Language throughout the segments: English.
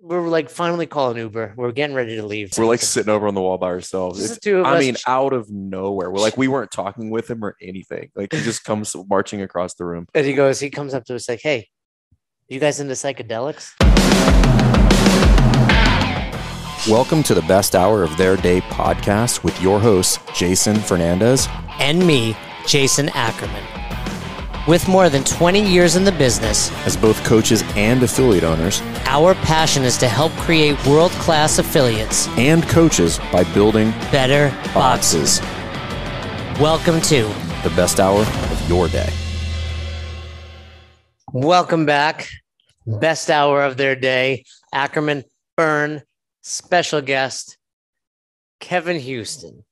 we're like finally calling Uber. We're getting ready to leave. We're like sitting over on the wall by ourselves. Just It's- the two of I us. mean, out of nowhere. We're like, we weren't talking with him or anything. Like he just comes marching across the room. and he goes, he comes up to us like, "Hey, you guys into psychedelics?" Welcome to the Best Hour of Their Day podcast with your hosts, Jason Fernandez. And me, Jason Ackerman. With more than 20 years in the business, As both coaches and affiliate owners our passion is to help create world-class affiliates, and coaches by building better boxes, Welcome to the best hour of your day. Welcome back. Best hour of their day. Ackerman Byrne, special guest, Kevin Houston.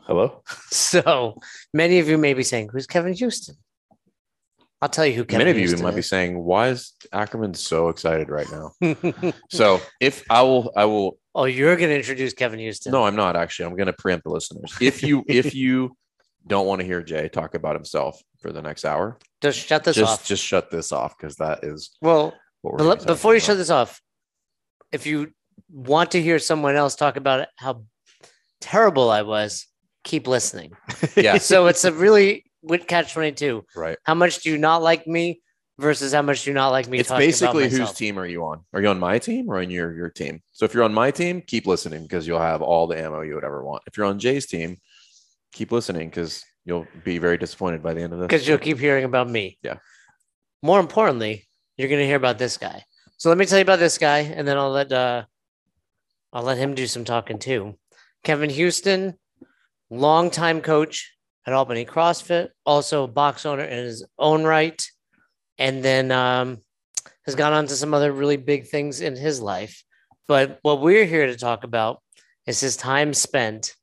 Hello. So many of you may be saying, Who's Kevin Houston? I'll tell you who Kevin Many of you Houston might be is. saying, "Why is Ackerman so excited right now?" so if I will, I will. oh, you're going to introduce Kevin Houston. No, I'm not actually. I'm going to preempt the listeners. If you if you don't want to hear Jay talk about himself for the next hour, Just shut this just off. just shut this off because that is well, what we're. But gonna let- be talking before you shut about. this off, if you want to hear someone else talk about how terrible I was, keep listening. yeah, so it's a really with catch 22. Right. How much do you not like me versus how much do you not like me? it's talking about basically whose myself? team are you on? Are you on my team or on your your team? So if you're on my team, keep listening because you'll have all the ammo you would ever want. If you're on Jay's team, keep listening because you'll be very disappointed by the end of this. because you'll keep hearing about me. Yeah. More importantly, you're going to hear about this guy. So let me tell you about this guy, and then I'll let uh, I'll let him do some talking too. Kevin Houston, longtime coach at Albany CrossFit, also a box owner in his own right, and then um, has gone on to some other really big things in his life. But what we're here to talk about is his time spent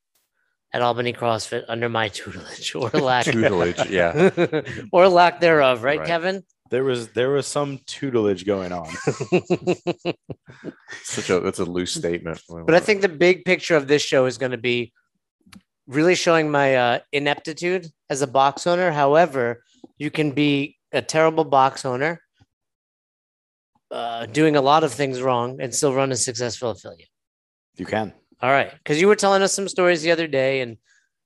at Albany CrossFit under my tutelage or lack tutelage. Yeah. or lack thereof, right, Right. Kevin? There was there was some tutelage going on. Such a that's a loose statement. But I think the big picture of this show is going to be really showing my uh, ineptitude as a box owner. However, you can be a terrible box owner, uh, doing a lot of things wrong, and still run a successful affiliate. You can. All right, because you were telling us some stories the other day, and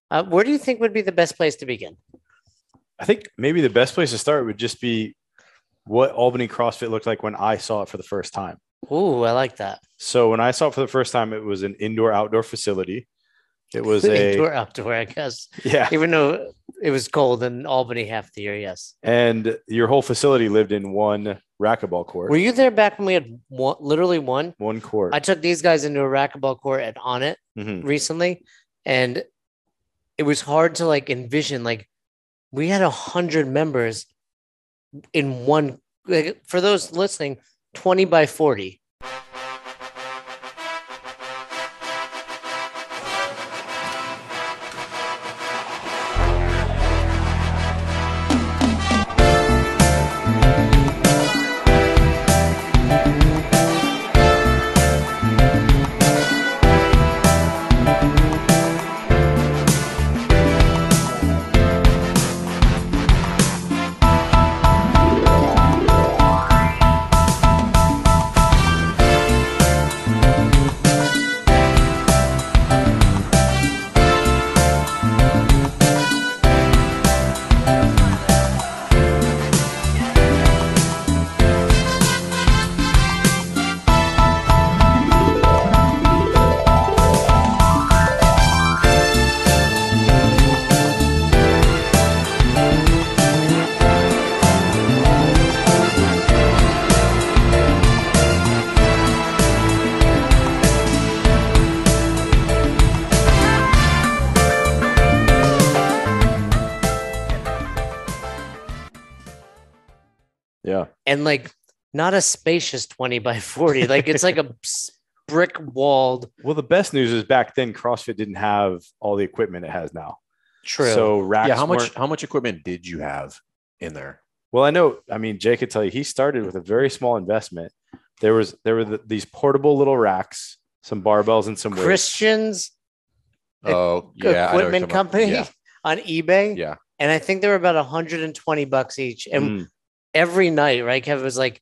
uh, where do you think would be the best place to begin? I think maybe the best place to start would just be what Albany CrossFit looked like when I saw it for the first time. Ooh, I like that. So when I saw it for the first time, it was an indoor outdoor facility. It was a Indoor, outdoor, I guess. yeah, Even though it was cold in Albany half the year, yes. and your whole facility lived in one racquetball court. Were you there back when we had one, literally one? one court. I took these guys into a racquetball court at On It Mhm. Mm-hmm. recently, and it was hard to like envision. Like, we had a hundred members in one. Like, for those listening, twenty by forty. yeah. and like not a spacious 20 by 40 like it's like a s- brick walled well, the best news is back then CrossFit didn't have all the equipment it has now. true So racks. Yeah. How much weren't- how much equipment did you have in there? Well, I know. I mean, Jay could tell you he started with a very small investment. There was there were the, these portable little racks, some barbells, and some weights. christians E- Oh, yeah. I know what you're equipment talking about. company Yeah. on ebay Yeah. and i think they were about 120 bucks each and Mm, every night, right? Kev was like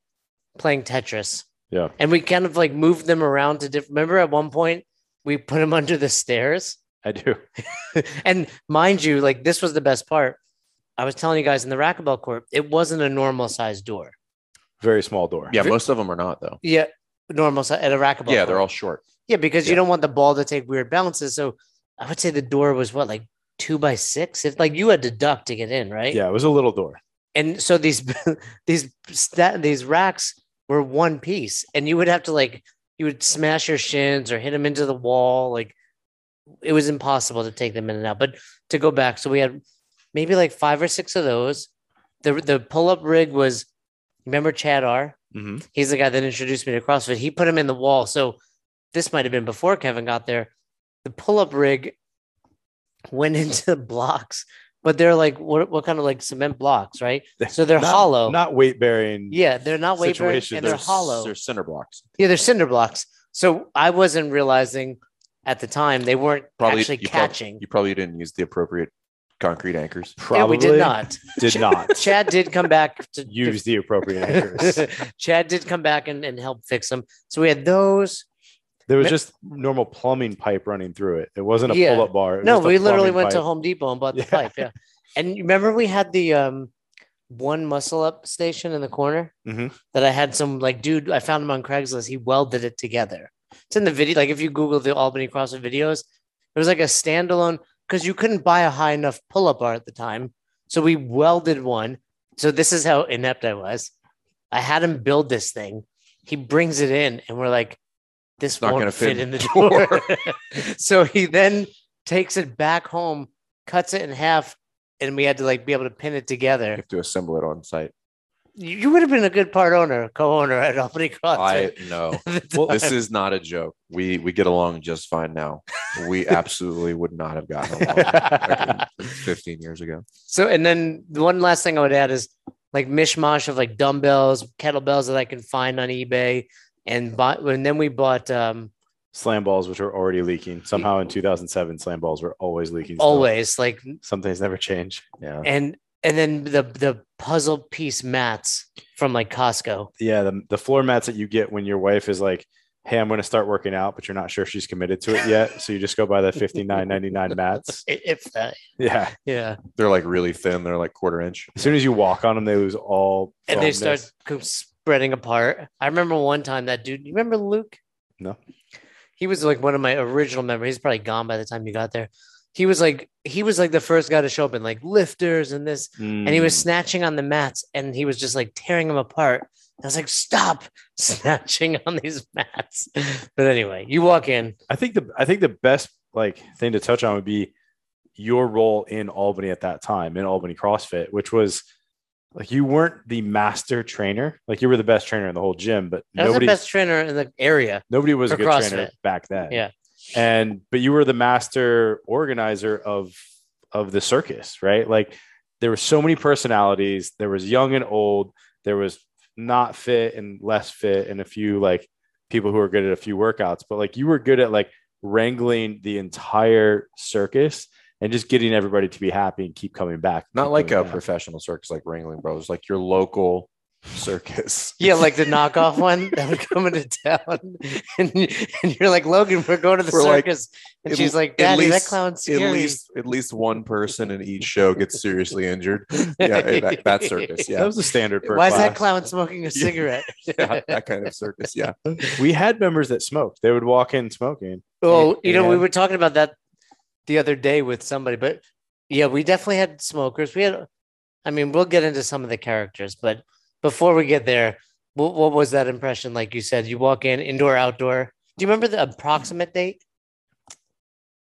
playing Tetris Yeah. And we kind of like moved them around to different. Remember at one point we put them under the stairs? I do. and mind you, like this was the best part. I was telling you guys in the racquetball court, it wasn't a normal sized door. Very small door. Yeah, most of them are not though. Yeah, normal si- at a racquetball. Yeah, they're court. all short. Yeah, because you yeah. don't want the ball to take weird bounces. So I would say the door was what like two by six. If like you had to duck to get in, right? Yeah, it was a little door. and so these these sta these racks were one piece and you would have to like you would smash your shins or hit them into the wall like it was impossible to take them in and out but to go back so we had maybe like five or six of those the the pull-up rig was remember chad r Mm-hmm. he's the guy that introduced me to crossfit he put him in the wall so this might have been before kevin got there the pull-up rig went into blocks but they're like what, what kind of like cement blocks right so they're hollow Not weight bearing. yeah, they're not weight bearing situation. and they're, There's- hollow. They're center blocks. yeah, they're cinder blocks. So I wasn't realizing at the time they weren't Probably actually you prob- catching. You probably didn't use the appropriate concrete anchors. yeah, Probably we did not. Did not Chad did come back to use the appropriate anchors. Chad did come back and, and help fix them. So we had those. There was Ma- just normal plumbing pipe running through it. It wasn't a Yeah. pull-up bar. It No, was just a we literally plumbing went to pipe. Home Depot and bought the Yeah. pipe. Yeah. And you remember we had the um one muscle up station in the corner Mhm. that I had some like dude, I found him on Craigslist. He welded it together. It's in the video. Like if you Google the Albany CrossFit videos, it was like a standalone because you couldn't buy a high enough pull up bar at the time. So we welded one. So this is how inept I was. I had him build this thing. He brings it in, and we're like, "This Not won't gonna fit fit in in the the door." so he then takes it back home, cuts it in half, and we had to like be able to pin it You together. have to assemble it on site. You, you would have been a good part owner, co-owner at Albany I CrossFit. know. well, This is not a joke. We we get along just fine now. We absolutely would not have gotten along like, 15 years ago. So, and then the one last thing I would add is like mishmash of like dumbbells, kettlebells that I can find on eBay, and buy, and then we bought um, slam balls, which were already leaking. Somehow in 2007, slam balls were always leaking. still. always like Something's never changed. Yeah. and and then the the puzzle piece mats from like Costco. Yeah, the, the floor mats that you get when your wife is like, "Hey, I'm going to start working out," but you're not sure she's committed to it yet, so you just go buy the 59.99 mats. i- If that, Yeah. yeah, They're like really thin. They're like quarter inch. As soon as you walk on them, they lose all. and they firmness. start co- spreading apart. I remember one time that dude. You remember Luke? No. he was like one of my original members. He's probably gone by the time you got there. He was like he was like the first guy to show up in like lifters and this and he Mm. was snatching on the mats and he was just like tearing them apart. I was like, stop snatching on these mats. But anyway, you walk in. I think the I think the best like thing to touch on would be your role in Albany at that time in Albany CrossFit, which was like you weren't the master trainer, like you were the best trainer in the whole gym, but I was nobody the best trainer in the area. nobody was a for good trainer CrossFit. back then. Yeah. and but you were the master organizer of of the circus, right? Like there were so many personalities. There was young and old. There was not fit and less fit, and a few like people who were good at a few workouts. But like you were good at like wrangling the entire circus and just getting everybody to be happy and keep coming back. Not keep like coming a back. professional circus like Ringling Brothers, like your local circus. Yeah, like the knockoff one that would come into town. And, and you're like, Logan, we're going to the We're like, circus. and at she's l- like, at Daddy, that least- clown at scares least at least one person in each show gets seriously injured. Yeah, eh, that, that circus. that Yeah. was the standard. Per Why is that class. clown smoking a cigarette? yeah, that kind of circus. Yeah. We had members that smoked. They would walk in smoking. Oh, you know, we Yeah. were talking about that the other day with somebody, but yeah, we definitely had smokers. We had, I mean, we'll get into some of the characters, but before we get there, what, what was that impression? Like you said, you walk in, indoor, outdoor. Do you remember the approximate date?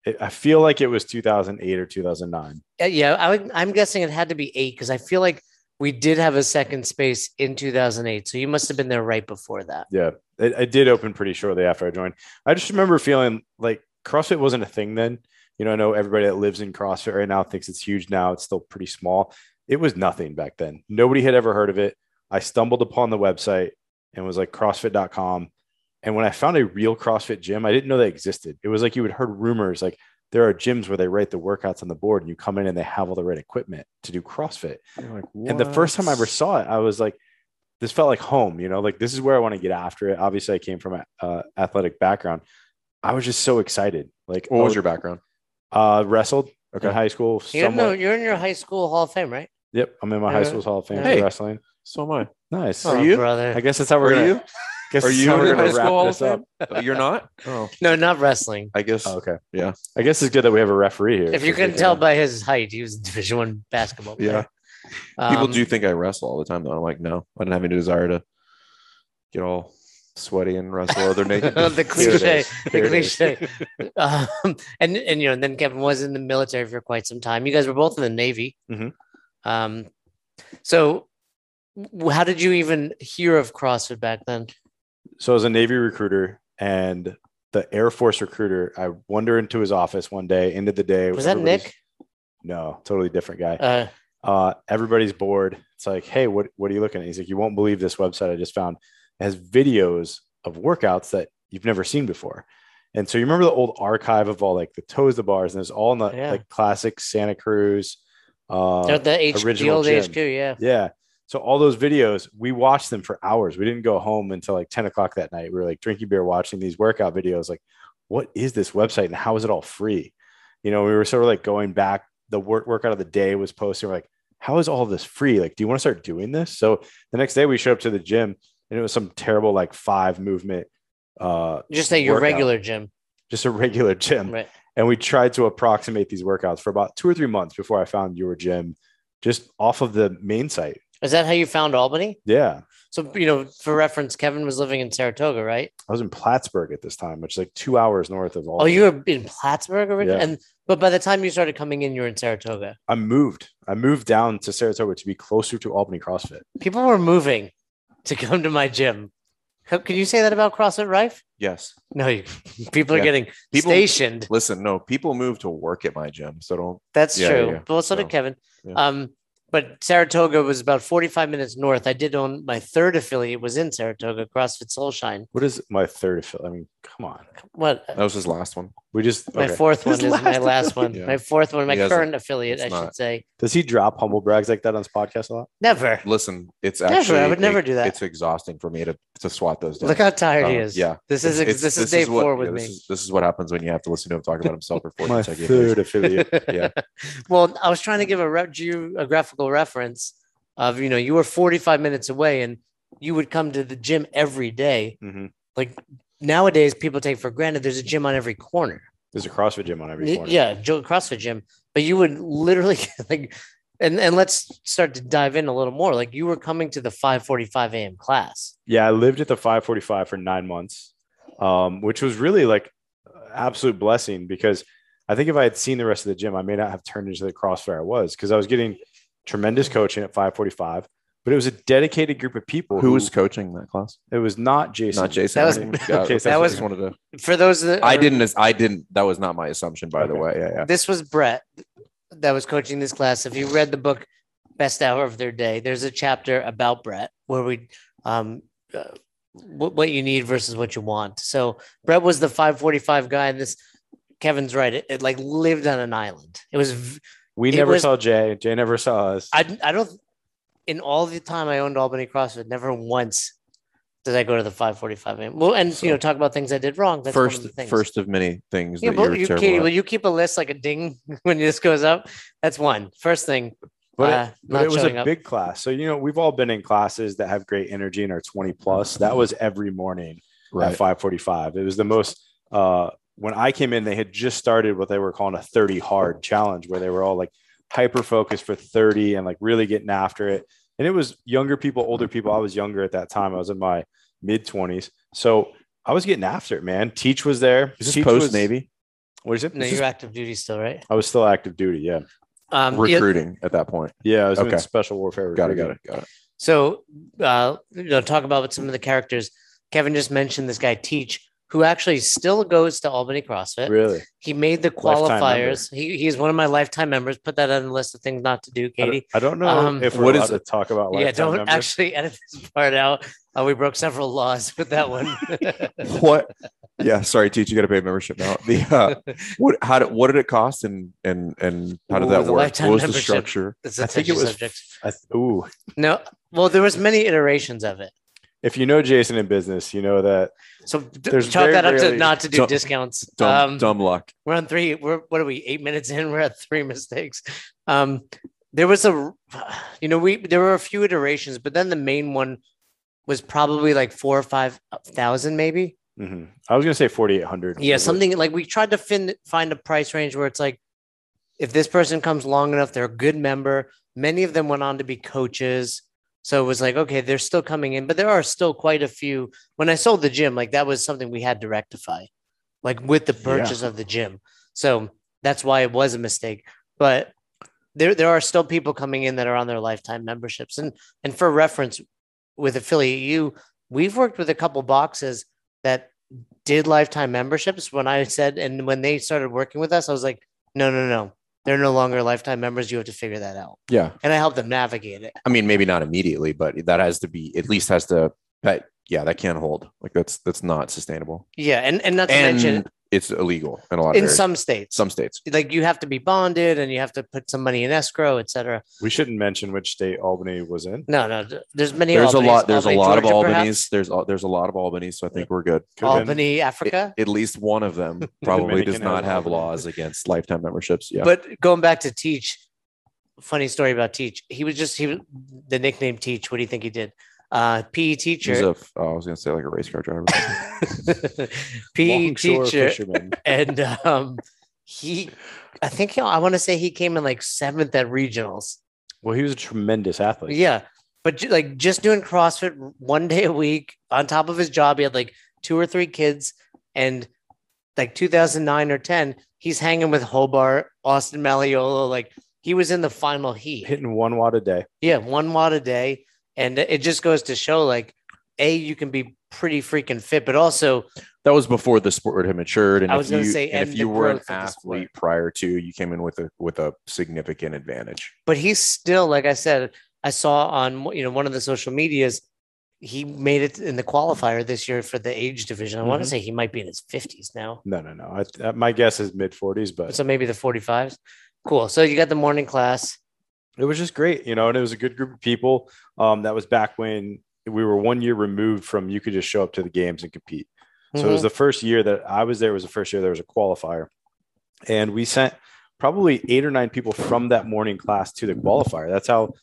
It, I feel like it was 2008 or 2009. Uh, Yeah, I would, I'm guessing it had to be eight because I feel like we did have a second space in 2008. So you must have been there right before that. Yeah, it, it did open pretty shortly after I joined. I just remember feeling like CrossFit wasn't a thing then. You know, I know everybody that lives in CrossFit right now thinks it's huge now. It's still pretty small. It was nothing back then. Nobody had ever heard of it. I stumbled upon the website and was like CrossFit.com. And when I found a real CrossFit gym, I didn't know they existed. It was like you had heard rumors like there are gyms where they write the workouts on the board and you come in and they have all the right equipment to do CrossFit. You're like, And the first time I ever "What?" saw it, I was like, this felt like home, you know, like this is where I want to get after it. Obviously, I came from an uh, athletic background. I was just so excited. Like, What was oh, your background? uh, wrestled Okay. in high school? You don't know somewhat. you're in your high school Hall of Fame, right? Yep, I'm in my high Yeah. school's Hall of Fame for Hey. wrestling. So am I. Nice. Are you? Oh, brother? I guess that's how we're Are gonna. you? Guess Are that's you how in high we're gonna school wrap Hall of this up? Fame? You're not. Oh, no, not wrestling. I guess. Oh, okay. Yeah. I guess it's good that we have a referee here. If you can couldn't tell by his height, he was a Division One basketball. Yeah. Player. People Um, do think I wrestle all the time, though. I'm like, no, I didn't have any desire to get all sweaty and wrestle other naked. Um, the Here it cliche, is. the Here it is. cliche. um, and and you know, and then Kevin was in the military for quite some time. You guys were both in the Navy. Mhm. Um, so w- how did you even hear of CrossFit back then? so I was a Navy recruiter and the Air Force recruiter. I wander into his office one day, end of the day. Was that everybody's- Nick? No, totally different guy. Uh, uh, everybody's bored. It's like, hey, what what are you looking at? He's like, you won't believe this website I just found. It has videos of workouts that you've never seen before. And so you remember the old archive of all like the toes, the bars, and it's all in the Yeah. like classic Santa Cruz. Uh, the H, the original old gym. HQ, yeah. yeah. So all those videos, we watched them for hours. We didn't go home until like 10 o'clock that night. We were like drinking beer, watching these workout videos. Like, what is this website and how is it all free? You know, we were sort of like going back. The work workout of the day was posted. We're like, how is all this free? Like, do you want to start doing this? So the next day we showed up to the gym and it was some terrible like five movement, uh, Just at your workout. regular gym, just a regular gym Um, right? and we tried to approximate these workouts for about two or three months before I found your gym, just off of the main site. Is that how you found Albany? Yeah, So you know, for reference, Kevin was living in Saratoga, right? I was in Plattsburgh at this time, which is like two hours north of all. Oh, you were in Plattsburgh originally, Yeah. and but by the time you started coming in, you were in Saratoga. I moved. I moved down to Saratoga to be closer to Albany CrossFit. People were moving to come to my gym. How- Can you say that about CrossFit Rife? yes. No, you, people are Yeah. getting People- stationed. Listen, no, people move to work at my gym, so don't. That's Yeah, true. yeah, But also No. did Kevin. Yeah. Um, but Saratoga was about 45 minutes north. I did own my third affiliate was in Saratoga, CrossFit Soulshine. What is my third affiliate? I mean, come on. What? That was his last one. We just My okay. fourth one His is my last last one. affiliate. My fourth one, my He hasn't. current affiliate, It's I not. should say. does he drop humble brags like that on his podcast a lot? Never. Listen, it's Never, I actually. would never do that. It's exhausting for me to to swat those down. Look how tired he Uh, is. yeah. This is It's- this is this day what- four yeah, with this me. is- this is what happens when you have to listen to him talk about himself for four My consecutive years. third affiliate. Yeah. well, I was trying to give a re- geographical reference of you know you were 45 minutes away and you would come to the gym every day. Mhm. Like nowadays, people take for granted there's a gym on every corner. There's a CrossFit gym on every Y- corner. Yeah, Joe CrossFit gym, but you would literally like, and and let's start to dive in a little more. Like you were coming to the 5:45 a.m. class. yeah, I lived at the 545 for nine months, um, which was really like absolute blessing because I think if I had seen the rest of the gym, I may not have turned into the CrossFit I was because I was getting tremendous coaching at 545, but it was a dedicated group of people. Who was coaching that class? It was not Jason. Not Jason. That was- Yeah, okay, I so that just was- wanted to. For those that I are- didn't. I didn't. That was not my assumption, by the Okay. way. Yeah, yeah. this was Brett that was coaching this class. If you read the book Best Hour of Their Day, there's a chapter about Brett where we um uh, what, what you need versus what you want. So Brett was the 545 guy and this Kevin's right. It, it like lived on an island. It was v- We It never was- saw Jay. Jay never saw us. I I don't in all the time I owned Albany CrossFit, never once did I go to the 545 a.m. Well, and So- you know, talk about things I did wrong. That's one first, of the things. first of many things yeah, that you're but you, terrible Katie, at. will you keep a list like a ding when this goes up? That's one. First thing. but it- uh, but not it was showing a up. big class. So, you know, we've all been in classes that have great energy and are 20 plus. That was every morning. at right? 545. It was the most uh when I came in, they had just started what they were calling a 30 hard challenge where they were all like hyper focused for 30 and like really getting after it. And it was younger people, older people. I was younger at that time. I was in my mid 20s. So I was getting after it, man. Teach was there. Is this Teach post was- Navy What is it? No, you're active duty still, right? I was still active duty. Yeah. Um, yeah, recruiting at that point? Yeah. I was Okay. doing special warfare. Got it. Got recruiting. it. Got it. so, uh, you know, talk about some of the characters. Kevin just mentioned this guy Teach, who actually still goes to Albany CrossFit. Really? He made the Lifetime member. qualifiers. He he's one of my lifetime members. Put that on the list of things not to do, I don't- Katie. I don't know Um, if we're What what is is to talk about. Yeah, lifetime don't members. actually edit this part out. Uh, we broke several laws with that one. What? Yeah. Sorry, teach. You got to pay membership now. The uh, what? How did what did it cost and and and how did Ooh, that the work? lifetime What was the membership. structure? It's I a think it touchy was. subject. I th- ooh, No, Well, there was many iterations of it. If you know Jason in business, you know that So d- There's chalk very that up to rarely- not to do Dumb- discounts. Dumb, um, dumb luck. We're on three. We're what are we? Eight minutes in. We're at three mistakes. Um, there was a, you know, we there were a few iterations, but then the main one was probably like four or five uh, thousand, maybe. mhm. I was gonna say forty eight hundred. Yeah, something like we tried to fin- find a price range where it's like, if this person comes long enough, they're a good member. Many of them went on to be coaches. So it was like, okay, they're still coming in, but there are still quite a few. When I sold the gym, like that was something we had to rectify, like with the purchase of the gym. So that's why it was a mistake. But there, there are still people coming in that are on their lifetime memberships. And and for reference, with affiliate U, we've worked with a couple boxes that did lifetime memberships when I said, and when they started working with us, I was like, no, no, no, they're no longer lifetime members. You have to figure that out. Yeah. And I helped them navigate it. I mean, maybe not immediately, but that has to be at least has to that yeah, that can't hold. Like that's that's not sustainable. Yeah. And, and not to And mention, it's illegal in a lot of in areas. some states, some states. like you have to be bonded and you have to put some money in escrow, et cetera. we shouldn't mention which state Albany was in. No, no, th- there's many. There's Albanys. a lot. There's Albany, a lot of Georgia, perhaps. Albanese. There's a- there's a lot of Albanese. So I think we're good. Could've been- Albany, Africa. At least one of them probably does Dominican not has have Albany. laws against lifetime memberships. Yeah. But going back to Teach, funny story about Teach. He was just he was, the nickname Teach. What do you think he did? Uh, PE teacher. He's a f- oh, I was gonna say like a race car driver. PE Longshore E teacher. fisherman. and um, he, I think I want to say he came in like seventh at regionals. Well, he was a tremendous athlete. Yeah, but ju- like just doing CrossFit one day a week on top of his job, he had like two or three kids, and like 2009 or 10, he's hanging with Hobart, Austin Maliola. Like he was in the final heat. hitting one watt a day. Yeah, one watt a day. And it just goes to show like, A, you can be pretty freaking fit, but also that was before the sport had matured. And I if was gonna you- say, and and if the you were an growth of the sport. athlete prior to, you came in with a with a significant advantage. but he's still like I said, I saw on you know one of the social medias, he made it in the qualifier this year for the age division. I want to Mhm. say he might be in his fifties now, No, no, no. I, uh, my guess is mid forties, but so maybe the forty fives. Cool. So you got the morning class. it was just great, you know. And it was a good group of people. Um, that was back when we were one year removed from you could just show up to the games and compete. So Mm-hmm. it was the first year that I was there. Was the first year there was a qualifier, and we sent probably eight or nine people from that morning class to the qualifier. That's how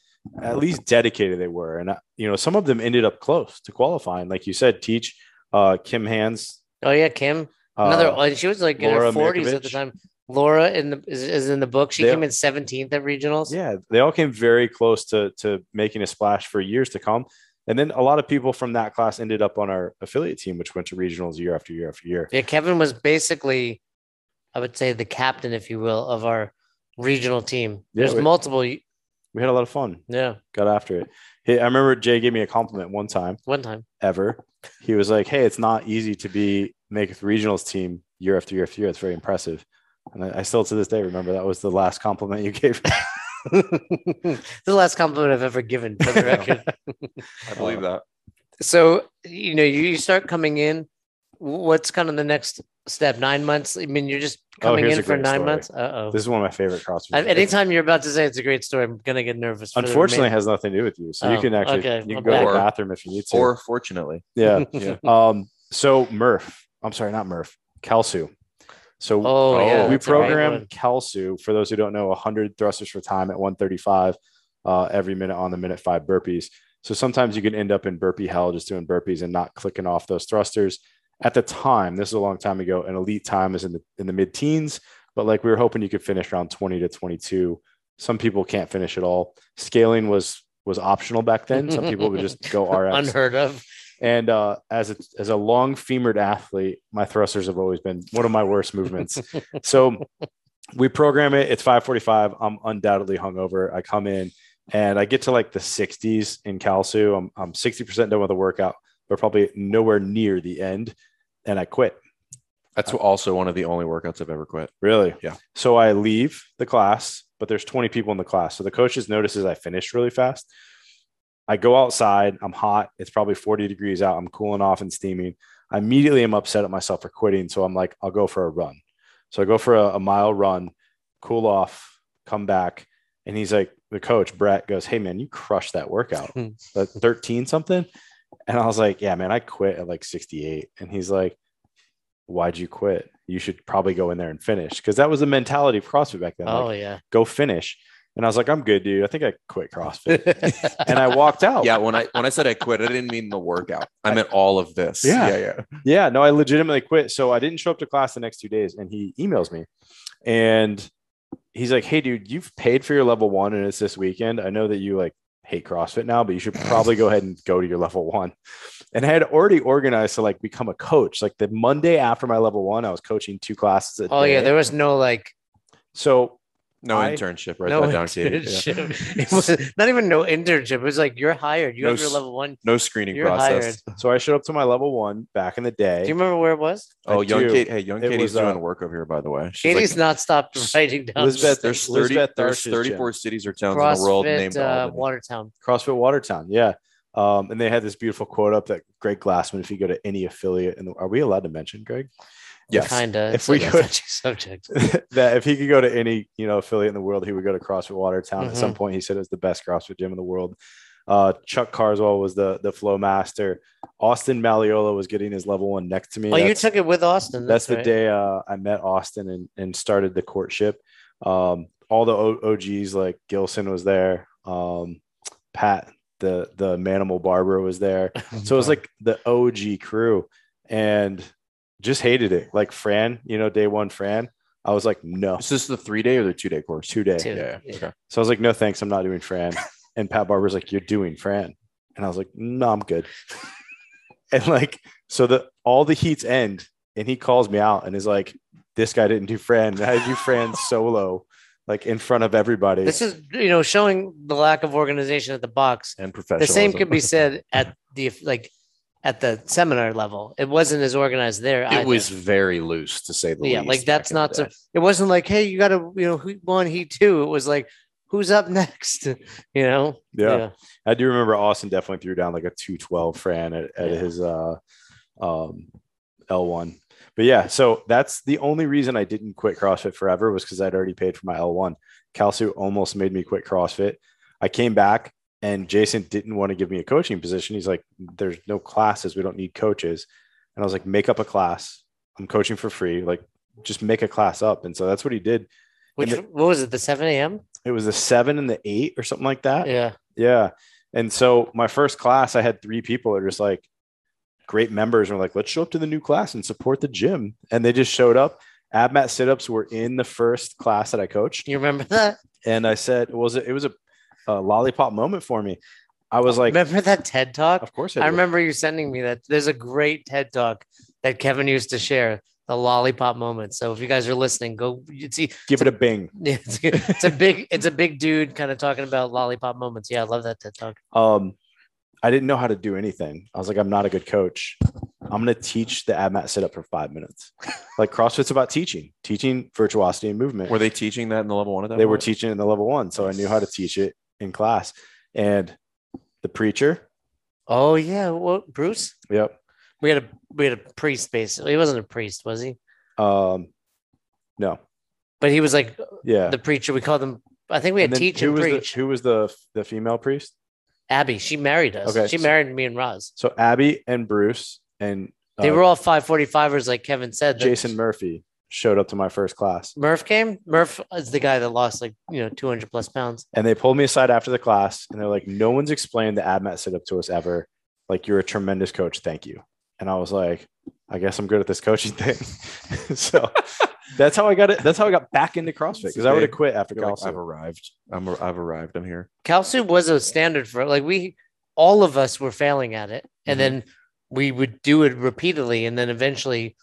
at least dedicated they were, and uh, you know some of them ended up close to qualifying. Like you said, teach uh, Kim Hands. oh yeah, Kim. Uh, Another. and she was like in her Laura forties at the Mirkovich. time. Laura in the is, is in the book. She They- came in seventeenth at regionals. Yeah, they all came very close to to making a splash for years to come. And then a lot of people from that class ended up on our affiliate team, which went to regionals year after year after year. Yeah, Kevin was basically, I would say, the captain, if you will, of our regional team. Yeah, There's we- multiple. We had a lot of fun. Yeah, Got after it. Hey, I remember Jay gave me a compliment one time one time. ever. He was like, "Hey, it's not easy to be make a regionals team year after year after year. It's very impressive." And I, I still to this day remember that was the last compliment you gave. me. the last compliment I've ever given for the record. I believe that. so, you know, you you start coming in. What's kind of the next step? Nine months? I mean, you're just Oh, coming here's in a for great nine story. months? Uh oh. This is one of my favorite CrossFit. Anytime you're about to say it's a great story, I'm going to get nervous. for the unfortunately, it remainder- has nothing to do with you, so Oh, you can actually okay. you I'm can go to back. the bathroom if you need to. Or fortunately, yeah, yeah. Um, so Murph, I'm sorry, not Murph, Kelsu. So Oh, yeah. we that's a great one. programmed Kelsu for those who don't know, 100 thrusters for time at 135 uh, every minute on the minute five burpees. So sometimes you can end up in burpee hell just doing burpees and not clicking off those thrusters. At the time, this is a long time ago, an elite time is in the in the mid teens, but like we were hoping you could finish around 20 to 22. Some people can't finish at all. Scaling was was optional back then. Some people would just go RX. Unheard of. And uh, as a, as a long femored athlete, my thrusters have always been one of my worst movements. so we program it. It's 5:45. I'm undoubtedly hungover. I come in and I get to like the 60s in Calsu. I'm I'm 60% done with the workout, but probably nowhere near the end, and I quit. That's also one of the only workouts I've ever quit. Really? Yeah. So I leave the class, but there's 20 people in the class. So the coaches notices I finished really fast. I go outside. I'm hot. It's probably 40 degrees out. I'm cooling off and steaming. I immediately am upset at myself for quitting. So I'm like, I'll go for a run. So I go for a, a mile run, cool off, come back. And he's like, the coach Brett goes, "Hey man, you crushed that workout, Hmm. that uh, thirteen something," and I was like, "Yeah man, I quit at like sixty eight. And he's like, "Why'd you quit? You should probably go in there and finish," because that was the mentality of CrossFit back then. like, Oh yeah. go finish. And I was like, I'm good, dude. I think I quit CrossFit. and I walked Oh. out. Yeah, when I when I said I quit, I didn't mean the workout. I meant all of this. Yeah. yeah, yeah. Yeah. No, I legitimately quit. So I didn't show up to class the next two days. And he emails me and he's like, Hey, dude, you've paid for your level one and it's this weekend. I know that you like hate CrossFit now, but you should probably go ahead and go to your level one. And I had already organized to like become a coach. Like the Monday after my level one, I was coaching two classes. A Oh yeah. day. There was no like so No I- internship. Write no that down, Katie. Yeah. internship. It was not even no internship. It was like you're hired. You No have your s- level one. No screening You're process. so I showed up to my level one back in the day. Do you remember where it was? I Oh, young do. Kate. Hey, young It Katie's was, uh, doing work over here, by the way. She's like, Katie's not stopped writing down. Elizabeth, there's Elizabeth thirty. There's Darsh's thirty-four gym. cities or towns in the world named CrossFit uh, Albany. Watertown. CrossFit Watertown, yeah. Um, and they had this beautiful quote up that Greg Glassman, if you go to any affiliate, in the, are we allowed to mention Greg? Yes. Kinda. If It's we a could- touchy subject. that if he could go to any you know affiliate in the world, he would go to CrossFit Watertown. At Mhm. some point, he said it was the best CrossFit gym in the world. Uh, Chuck Carswell was the the flow master. Austin Maliola was getting his level one next to me. oh, you That's- took it with Austin. that's the right. day uh, I met Austin and, and started the courtship. Um, all the o- OGs like Gilson was there. Um, Pat, the the Manimal Barber was there. So it was like the OG crew and just hated it. Like Fran, you know, day one Fran, I was like, no, Is this the three-day or the two-day course? two day. Two. Yeah. yeah. Okay. So I was like, no, thanks. I'm not doing Fran. And Pat Barber's like, you're doing Fran. And I was like, no, I'm good. and like, so the all the heats end, and he calls me out and is like, this guy didn't do Fran. And I do Fran solo, like in front of everybody. This is you know showing the lack of organization at the box. And The professional. same could be said at the like at the seminar level. It wasn't as organized there. It either. was very loose, to say the yeah, least. like that's back not in the so. It wasn't like hey, you got to you know heat one, heat two. It was like who's up next, you know. yeah. I do remember Austin definitely threw down like a 212 Fran at, at Yeah. his uh, um, L1. But yeah, so that's the only reason I didn't quit CrossFit forever was because I'd already paid for my L1. Calsu almost made me quit CrossFit. I came back and Jason didn't want to give me a coaching position. He's like, there's no classes. We don't need coaches. And I was like, make up a class. I'm coaching for free. Like, just make a class up. And so that's what he did. Which the- what was it? The seven a.m. It was the seven and the eight or something like that. Yeah. Yeah. And so my first class, I had three people that are just like great members and were like, let's show up to the new class and support the gym. And they just showed up. Ab mat sit ups were in the first class that I coached. You remember that? And I said, was it, it was a, a lollipop moment for me. I was like, oh, remember that TED talk? of course I do. remember you sending me that. There's a great TED talk that Kevin used to share, the lollipop moment. So if you guys are listening, go you see Give it a bing. it's, it's a big it's a big dude kind of talking about lollipop moments. Yeah, I love that TED talk. Um, I didn't know how to do anything. I was like, I'm not a good coach. I'm going to teach the ab mat sit up for five minutes. Like CrossFit's about teaching, teaching virtuosity and movement. day. Were they teaching that in the level one of that? they were point? teaching it in the level one, so I knew how to teach it in class. And the preacher, Oh yeah, what Bruce? yep. We had a we had a priest basically. He wasn't a priest, was he? Um, no, But he was like yeah. the preacher. We called him. I think we had And then teach who and was preach. The, who was the the female priest? Abby, she married us. Okay, she so- married me and Roz. So Abby and Bruce and uh, They were all 545ers, like Kevin said. that- Jason Murphy showed up to my first class, Murph came. Murph is the guy that lost like you know 200 plus pounds. and they pulled me aside after the class, and they're like, "No one's explained the ab mat sit up to us ever. Like, you're a tremendous coach. Thank you." And I was like, "I guess I'm good at this coaching thing." so. That's how I got it. That's how I got back into CrossFit because I would have quit after You're like, CrossFit. I've arrived. I'm. I've arrived. I'm here. Calsu was a standard for like we all of us were failing at it, and Mhm. Mm-hmm. then we would do it repeatedly, and then eventually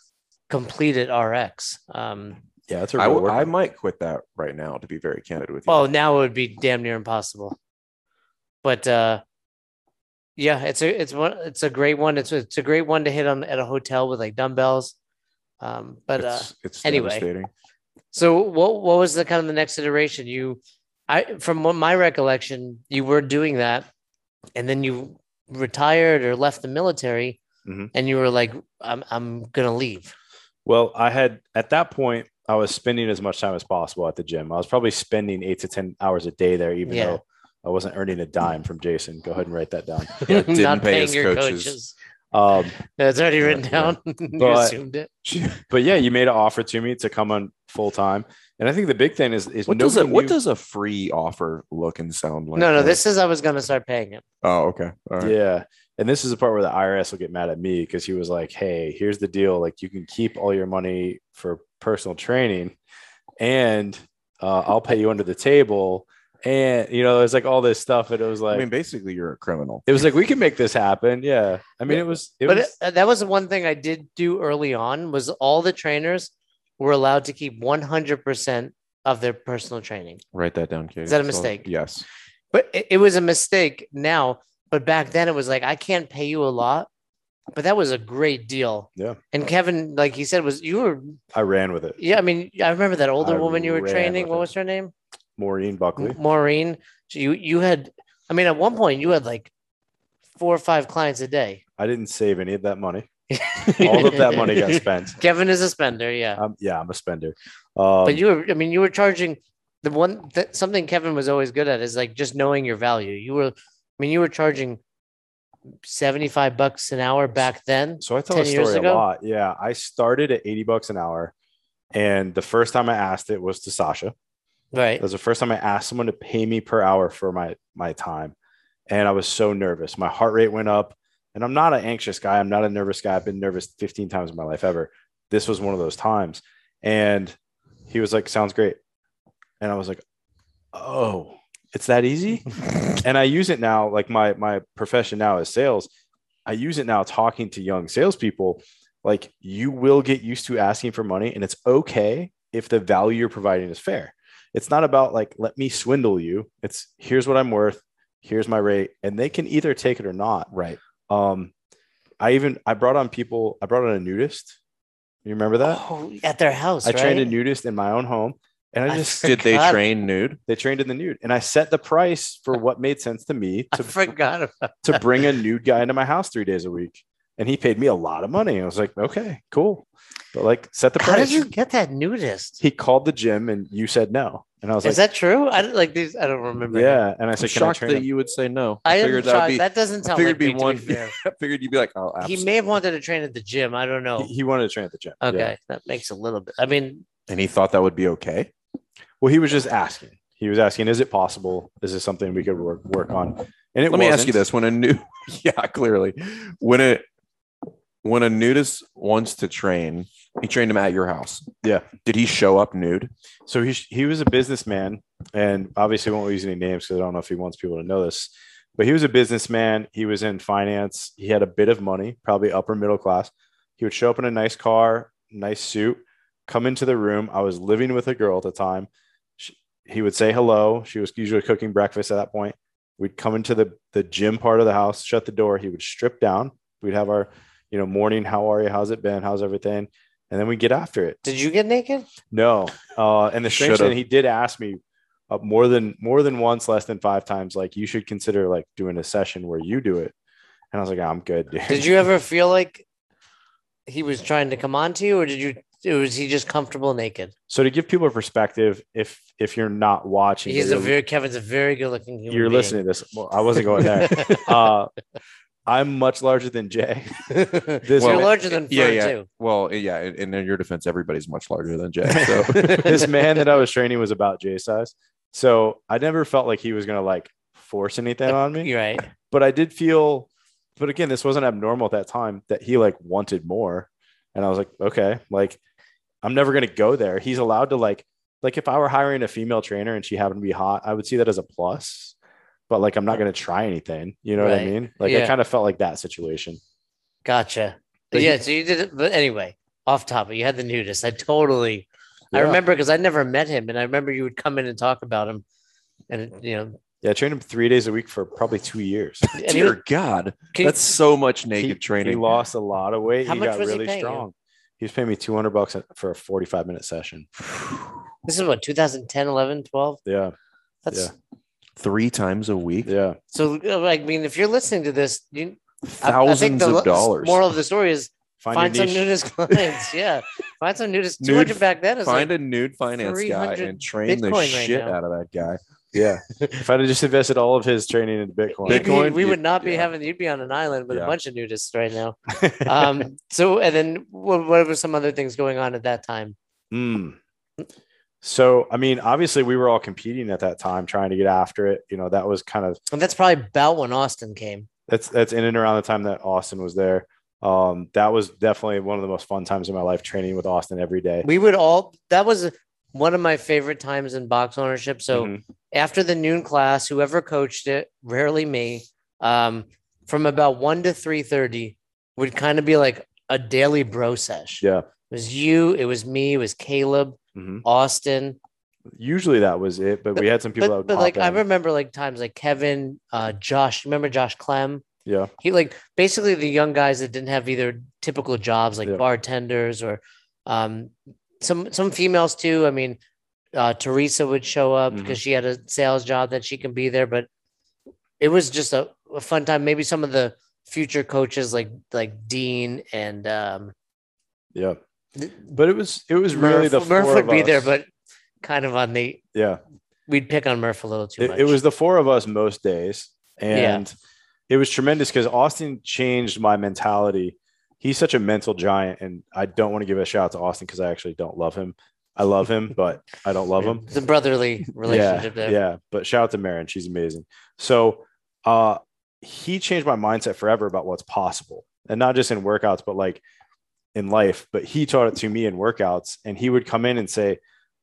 complete it RX. Um, Yeah, that's a I, real w- work. I might quit that right now. To be very candid with you. well, Oh, now it would be damn near impossible. But uh, yeah, it's a it's one it's a great one. It's a, it's a great one to hit on at a hotel with like dumbbells. Um, but uh, it's, it's anyway. devastating. So what what was the kind of the next iteration? You, I from what my recollection, you were doing that, and then you retired or left the military, Mm-hmm. Mhm. and you were like, "I'm I'm gonna leave." Well, I had at that point, I was spending as much time as possible at the gym. I was probably spending eight to 10 hours a day there, even Yeah. though I wasn't earning a dime from Jason. Go ahead and write that down. Yeah, didn't pay his coaches. Um, That's already Yeah, written yeah. down. you But- assumed it. but yeah, you made an offer to me to come on full time. And I think the big thing is, is What does a nobody what knew- does a free offer look and sound like? no, no. Right? This is I was gonna start paying him. Oh, okay. All right. Yeah. And this is the part where the IRS will get mad at me because he was like, hey, here's the deal. Like, you can keep all your money for personal training and uh, I'll pay you under the table. And, you know, it was like all this stuff. And it was like, I mean, basically, you're a criminal. it was like, we can make this happen. Yeah. I mean, it was, it but was, uh, that was one thing I did do early on was all the trainers were allowed to keep 100% of their personal training. Write that down, Katie. Is that a So- mistake? yes. But it, it was a mistake now. But back then it was like, I can't pay you a lot. But that was a great deal. Yeah. And Kevin, like he said, was you were, I ran with it. yeah. I mean, I remember that older I woman you were ran training. with What it. was her name? Maureen Mm-hmm. Buckley. Maureen. So you, you had, I mean, at one point you had like four or five clients a day. I didn't save any of that money. All of that money got spent. Kevin is a spender. Yeah. Um, yeah, I'm a spender. Um, but you were i mean you were charging the one that something kevin was always good at is like just knowing your value you were i mean you were charging 75 bucks an hour back then So I tell 10 a years story a ago? lot. Yeah, I started at 80 bucks an hour. And the first time I asked it was to Sasha. right That was the first time I asked someone to pay me per hour for my my time. And I was so nervous. My heart rate went up. And I'm not an anxious guy. I'm not a nervous guy. I've been nervous 15 times in my life ever. This was one of those times. And he was like, sounds great. And I was like, oh, it's that easy? and I use it now. Like my my profession now is sales. I use it now talking to young salespeople. Like you will get used to asking for money, and it's okay if the value you're providing is fair. It's not about like let me swindle you. It's here's what I'm worth, here's my rate, and they can either take it or not. Right. Um, I even I brought on people. I brought on a nudist. You remember that? oh, at their house I trained a right? nudist in my own home, and I I just Did they God. train nude? they trained in the nude, and I set the price for what made sense to me I to forgot about to bring a nude guy into my house three days a week. And he paid me a lot of money. I was like, okay, cool. But like set the how did price. you get that nudist he called the gym and you said no. And I was is like, that true i don't like these i don't remember yeah. And I I'm said, can I shocked train that him?" you would say no. I am figured that would shocked. be. That doesn't I sound figured like it'd be me, to one. fair. I figured you'd be like, oh, He abs- may have wanted to train at the gym. I don't know. He, he wanted to train at the gym. Yeah. okay, that makes a little bit. I mean, and he thought that would be okay. Well, he was just asking. He was asking, is it possible? Is this something we could work, work on? And it Let me ask you wasn't. this: When a new, yeah, clearly, when a when a nudist wants to train, he trained him at your house. Yeah. Did he show up nude? So he he was a businessman, and obviously won't use any names because I don't know if he wants people to know this. But he was a businessman. He was in finance. He had a bit of money, probably upper middle class. He would show up in a nice car, nice suit, come into the room. I was living with a girl at the time. She, he would say hello. She was usually cooking breakfast at that point. We'd come into the the gym part of the house, shut the door. He would strip down. We'd have our you know morning. How are you? How's it been? How's everything? And then we get after it. did you get naked? No. Uh, and the strange Should've. thing, he did ask me uh, more than more than once, less than five times, like you should consider like doing a session where you do it. And I was like, I'm good. Dude. Did you ever feel like he was trying to come on to you, or did you? Was he just comfortable naked? so to give people a perspective, if if you're not watching, He's um, you're, a very Kevin's a very good looking human. you're being. listening to this. Well, I wasn't going there. uh, I'm much larger than Jay. This You're Well, larger than yeah, Fur yeah. too. Well, eh, yeah, and in your defense, everybody's much larger than Jay. So this man that I was training was about Jay size. So I never felt like he was gonna like force anything on me. You're right. but I did feel, but again, this wasn't abnormal at that time that he like wanted more. And I was like, okay, like I'm never going to go there. He's allowed to like, like if I were hiring a female trainer and she happened to be hot, I would see that as a plus, but like, I'm not going to try anything. You know what I Right. mean? Like I Yeah. kind of felt like that situation. Gotcha. But yeah. so you did it, but anyway, off topic. You had the nudist. I totally. I Yeah. remember because I never met him, and I remember you would come in and talk about him, and you know, Yeah. I trained him three days a week for probably two years. and he was- dear God, can you- that's so much naked he, training. He lost a lot of weight. How he much got was he really paying you? strong. He was paying me 200 bucks for a 45 minute session. this is what 2010, 11, 12. Yeah. That's three times a week, Yeah. so. uh, I mean, if you're listening to this, you I- I think thousands the of lo- dollars. Moral of the story is Find, find your some niche. nudist clients. Yeah, Find some nudist. Nude- 200 back then is Find like, a nude finance guy 300 and train the Bitcoin right shit now. out of that guy. Yeah. if I'd have just invested all of his training into Bitcoin, you'd be- Bitcoin, we you- would not be yeah. having, you'd be on an island with Yeah. a bunch of nudists right now. Um, so, and then what, what were some other things going on at that time? Hmm. So, I mean, obviously, we were all competing at that time, trying to get after it. You know, that was kind of And that's probably about when Austin came. that's that's in and around the time that Austin was there. Um, that was definitely one of the most fun times in my life training with Austin every day. We would all, that was one of my favorite times in box ownership. So, Mm-hmm. Mhm. after the noon class, whoever coached it, rarely me, um, from about one to three thirty would kind of be like a daily bro sesh. yeah, It was you, it was me, it was Caleb, Mhm. Austin. usually that was it, but, we had some people that But, would but pop like I in. remember like times like Kevin, uh, Josh. Remember Josh Clem? yeah, He like basically the young guys that didn't have either typical jobs like Yeah. bartenders or um, some some females too. I mean, uh, Teresa would show up Mhm. because she had a sales job that she can be there, but it was just a, a fun time. Maybe some of the future coaches like like Dean and um, yeah. Th- But it was it was really Murph, the Murph four would of be there, us- but kind of on the yeah, we'd pick on Murph a little too it, much. it was the four of us most days Yeah. and it was tremendous because austin changed my mentality he's such a mental giant and i don't want to give a shout out to austin because i actually don't love him i love him but i don't love him the brotherly relationship yeah, there. yeah but shout out to Marin. she's amazing so uh he changed my mindset forever about what's possible and not just in workouts but like in life but he taught it to me in workouts and he would come in and say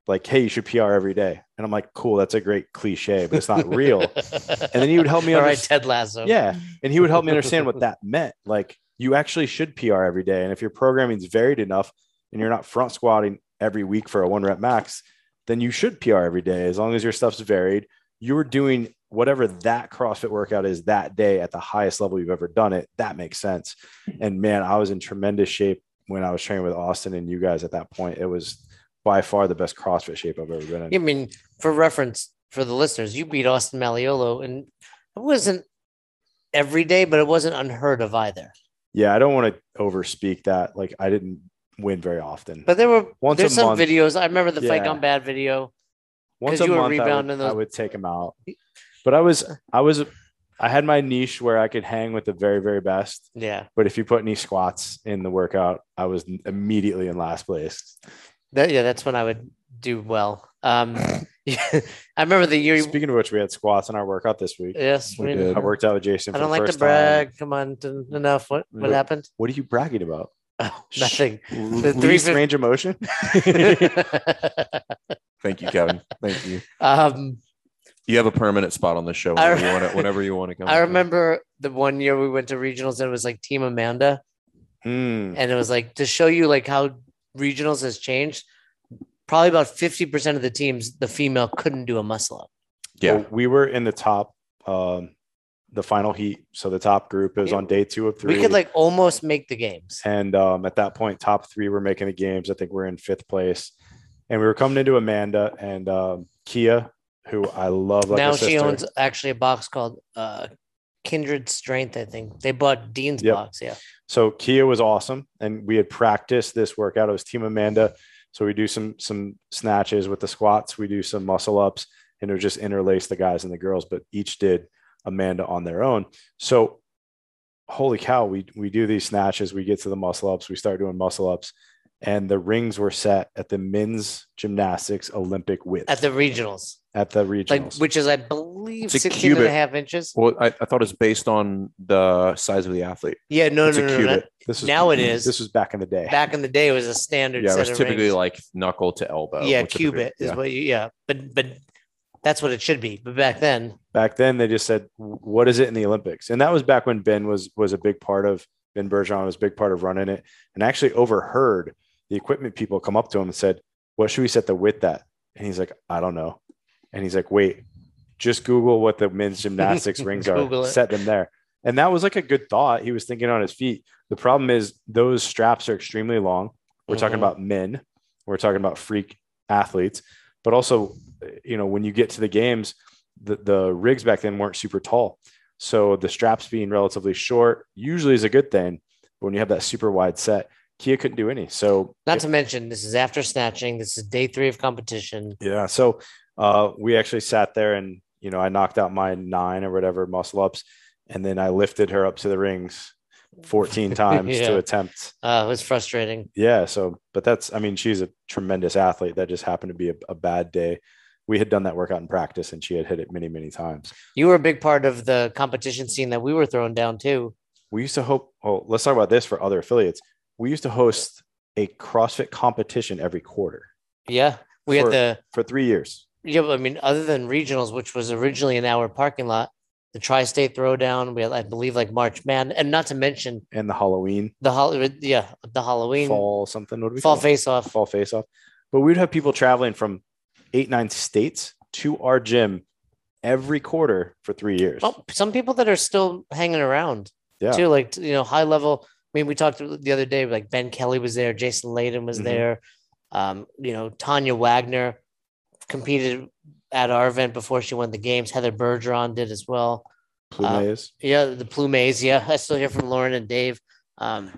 like hey you should pr every day and i'm like cool that's a great cliche but it's not real and then he would help me All right, understand. Ted Lasso. Yeah, and he would help me understand what that meant. Like you actually should PR every day, and if your programming is varied enough, and you're not front squatting every week for a one rep max, then you should PR every day as long as your stuff's varied. You were doing whatever that CrossFit workout is that day at the highest level you've ever done it. That makes sense. And man, I was in tremendous shape when I was training with Austin and you guys at that point. It was by far the best CrossFit shape I've ever been in. I mean, for reference for the listeners, you beat Austin Maliolo, and it wasn't every day, but it wasn't unheard of either. Yeah, I don't want to overspeak that. Like I didn't win very often. But there were Once there's a some month. videos. I remember the fight Yeah. on bad video. once 'Cause a you were month I would, rebounding those- I would take him out. But I was I was I had my niche where I could hang with the very very best. Yeah, But if you put any squats in the workout, I was immediately in last place. that, yeah, that's when I would do well. Um, yeah, I remember the year. You, Speaking of which, we had squats in our workout this week. yes, We we- did. I worked out with Jason. I For don't the like first to brag. Time. Come on, d- enough. What what Yeah. happened? What are you bragging about? Oh, nothing. The three least fif- range of motion. Thank you, Kevin. Thank you. um, You have a permanent spot on the show I whenever you want to, whenever you want to come. I on. remember the one year we went to regionals and it was like Team Amanda, Hmm. and it was like to show you like how regionals has changed. Probably about fifty percent of the teams, the female couldn't do a muscle up. Yeah. Well, we were in the top, um, the final heat. So the top group is Yeah. on day two of three. We could like almost make the games. And um, at that point, top three were making the games. I think we're in fifth place. And we were coming into Amanda and um, Kia, who I love. Like now a she sister. owns actually a box called uh, Kindred Strength. I think they bought Dean's Yep. box. Yeah, So Kia was awesome, and we had practiced this workout. It was Team Amanda, so we do some some snatches with the squats, we do some muscle ups, and it was just interlace the guys and the girls, but each did Amanda on their own. So holy cow, we we do these snatches, we get to the muscle ups, we start doing muscle ups, and the rings were set at the men's gymnastics Olympic width at the regionals, at the like regionals. which is I believe It's a 16 and a cubit. half inches. Well, I, I thought it's based on the size of the athlete. Yeah, no, It's no, a no, no, no. cubit. this is now it is. This was back in the day. Back in the day, it was a standard. Yeah, set it was of typically rings. like knuckle to elbow. yeah, Well, typically- cubit is yeah. what you yeah, but but that's what it should be. But back then, back then they just said what is it in the olympics and that was back when ben was was a big part of ben bergeron was a big part of running it and I actually overheard the equipment people come up to him and said what should we set the width at and he's like i don't know and he's like wait just google what the men's gymnastics rings Google are it. set them there and that was like a good thought he was thinking on his feet the problem is those straps are extremely long we're talking Mhm. about men we're talking about freak athletes but also you know when you get to the games the, the rigs back then weren't super tall so the straps being relatively short usually is a good thing but when you have that super wide set Kia couldn't do any. So Not to mention, this is after snatching. This is day three of competition. Yeah. So uh, we actually sat there and, you know, I knocked out my nine or whatever muscle ups. And then I lifted her up to the rings 14 times Yeah. to attempt. Uh, it was frustrating. Yeah. So, but that's, I mean, she's a tremendous athlete. That just happened to be a, a bad day. We had done that workout in practice and she had hit it many, many times. You were a big part of the competition scene that we were throwing down too. We used to hope, oh, let's talk about this for other affiliates. We used to host a CrossFit competition every quarter Yeah, we For- had the for three years. Yeah, but I mean, other than regionals, which was originally in our parking lot, the tri-state throwdown, we had, I believe, like March Man, and not to mention And the Halloween, the Hollywood, yeah, the Halloween fall, fall something. What do we call it? face off. fall face off. But we'd have people traveling from eight, nine states to our gym every quarter for three years. Well, some people that are still hanging around Yeah. too, like you know, high level. I mean, we talked the other day, like Ben Kelly was there, Jason Layden was Mhm. there, um, you know, Tanya Wagner competed at our event before she won the games. Heather Bergeron did as well. Plumes. Yeah, the Plumes. Yeah, I still hear from Lauren and Dave. Um,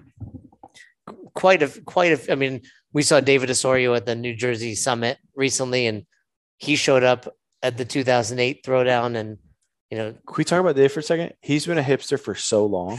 qu- quite a, quite a. I mean, we saw David Osorio at the New Jersey Summit recently, and he showed up at the 2008 Throwdown, and you know, Can we talk about Dave for a second? He's been a hipster for so long.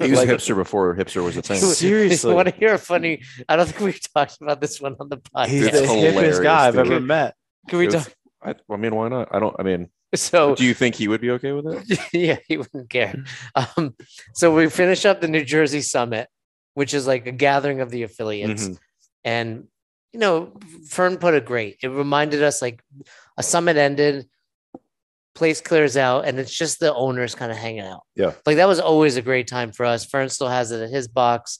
He was Like- a hipster before hipster was a thing. Dude, Seriously. want to hear a funny? I don't think we've talked about this one on the He's podcast. Dude, the that's hippest hilarious, guy I've dude. ever met. Can we It was- talk? I, I mean, why not? I don't. I mean, So do you think he would be okay with it? yeah, he wouldn't care. Um, so we finish up the New Jersey Summit, which is like a gathering of the affiliates. Mm-hmm. Mhm. And you know, Fern put it great. It reminded us like a summit ended, place clears out, and it's just the owners kind of hanging out. Yeah. Like that was always a great time for us. Fern still has it at his box.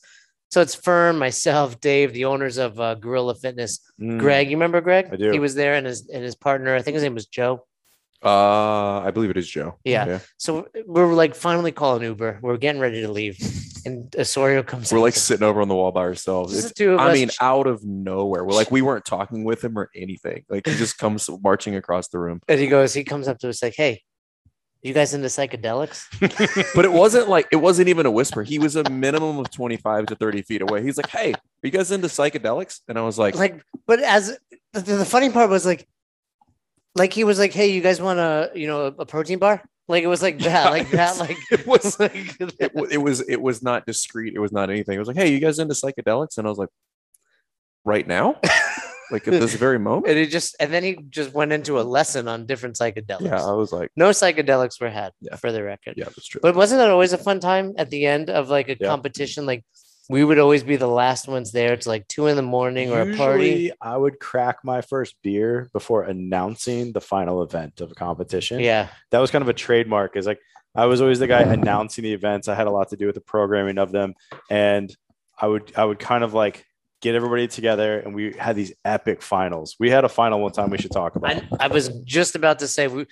So it's Fern, myself, Dave, the owners of uh, Gorilla Fitness. Mm. Greg, Hmm. you remember Greg? I do. He was there and his and his partner, I think his name was Joe. Uh, I believe it is Joe. Yeah. So we're like finally calling Uber. We're getting ready to leave. And Osorio comes We're in. like sitting over on the wall by ourselves. Just It's- the two of I us. mean, out of nowhere. We're like, we weren't talking with him or anything. Like, he just comes marching across the room. and he goes, he comes up to us like, hey, you guys into psychedelics? But it wasn't like, it wasn't even a whisper. He was a minimum of 25 to 30 feet away. He's like, hey, are you guys into psychedelics? And I was like, like but as the, the funny part was like like he was like hey you guys want a you know a, a protein bar like it was like that Yeah, like that it's- like it was- like it, wa- it was, it was not discreet. It was not anything. It was like, hey, you guys into psychedelics? And I was like, right now? like, at this very moment? and he just and then he just went into a lesson on different psychedelics Yeah. I was like, no psychedelics were had Yeah. for the record yeah, that's true. but wasn't that always a fun time at the end of like a Yeah. competition like we would always be the last ones there it's like two in the morning or a party Usually, I would crack my first beer before announcing the final event of a competition. yeah that was kind of a trademark is like i was always the guy announcing the events i had a lot to do with the programming of them and i would i would kind of like get everybody together and we had these epic finals we had a final one time we should talk about I, I was just about to say we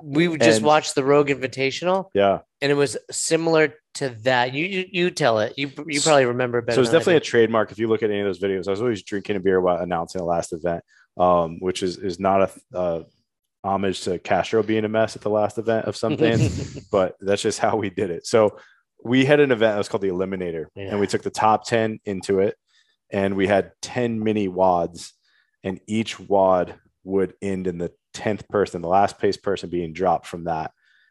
we would just And- watched the rogue invitational yeah and it was similar to that. You you, you tell it. You you probably remember better. so it's than I definitely a do. trademark if you look at any of those videos i was always drinking a beer while announcing the last event um, which is is not a uh, homage to castro being a mess at the last event of some things but that's just how we did it. So we had an event that was called the Eliminator, Yeah. and we took the top 10 into it, and we had 10 mini wads, and each wad would end in the 10th person, the last place person being dropped from that.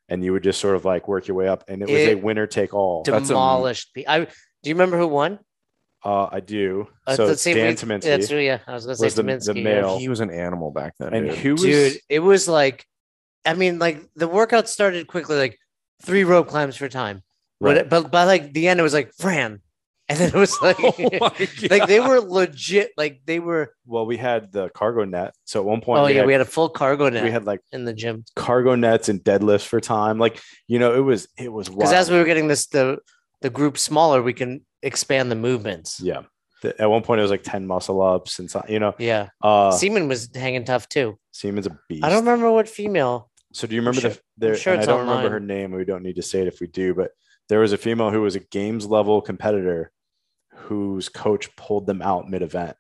And you would just sort of like work your way up, and it was a It- winner take all. That's a- demolished. pe- I do you remember who won? Uh, I do. Uh, so let's see if Dan we- That's Tominski. who- yeah. I was gonna say was the- the Tominski, yeah. male. He was an animal back then. And dude. who was Dude, it was like, I mean, like the workout started quickly, like three rope climbs for time. But Right. but by like the end, it was like Fran, and then it was like Oh Oh like they were legit. Like they were. well, we had the cargo net. So at one point, Oh we yeah, had- we had a full cargo net we had like in the gym. cargo nets and deadlifts for time. Like, you know, it was, it was because wild. as we were getting this the the group smaller we can expand the movements Yeah. The- at one point, it was like 10 muscle ups and, so- you know, yeah uh, seaman was hanging tough too Seaman's a beast. i don't remember what female So do you remember sure- the, there, sure and I it's don't online. remember her name. We don't need to say it if we do, but there was a female who was a games level competitor whose coach pulled them out mid event.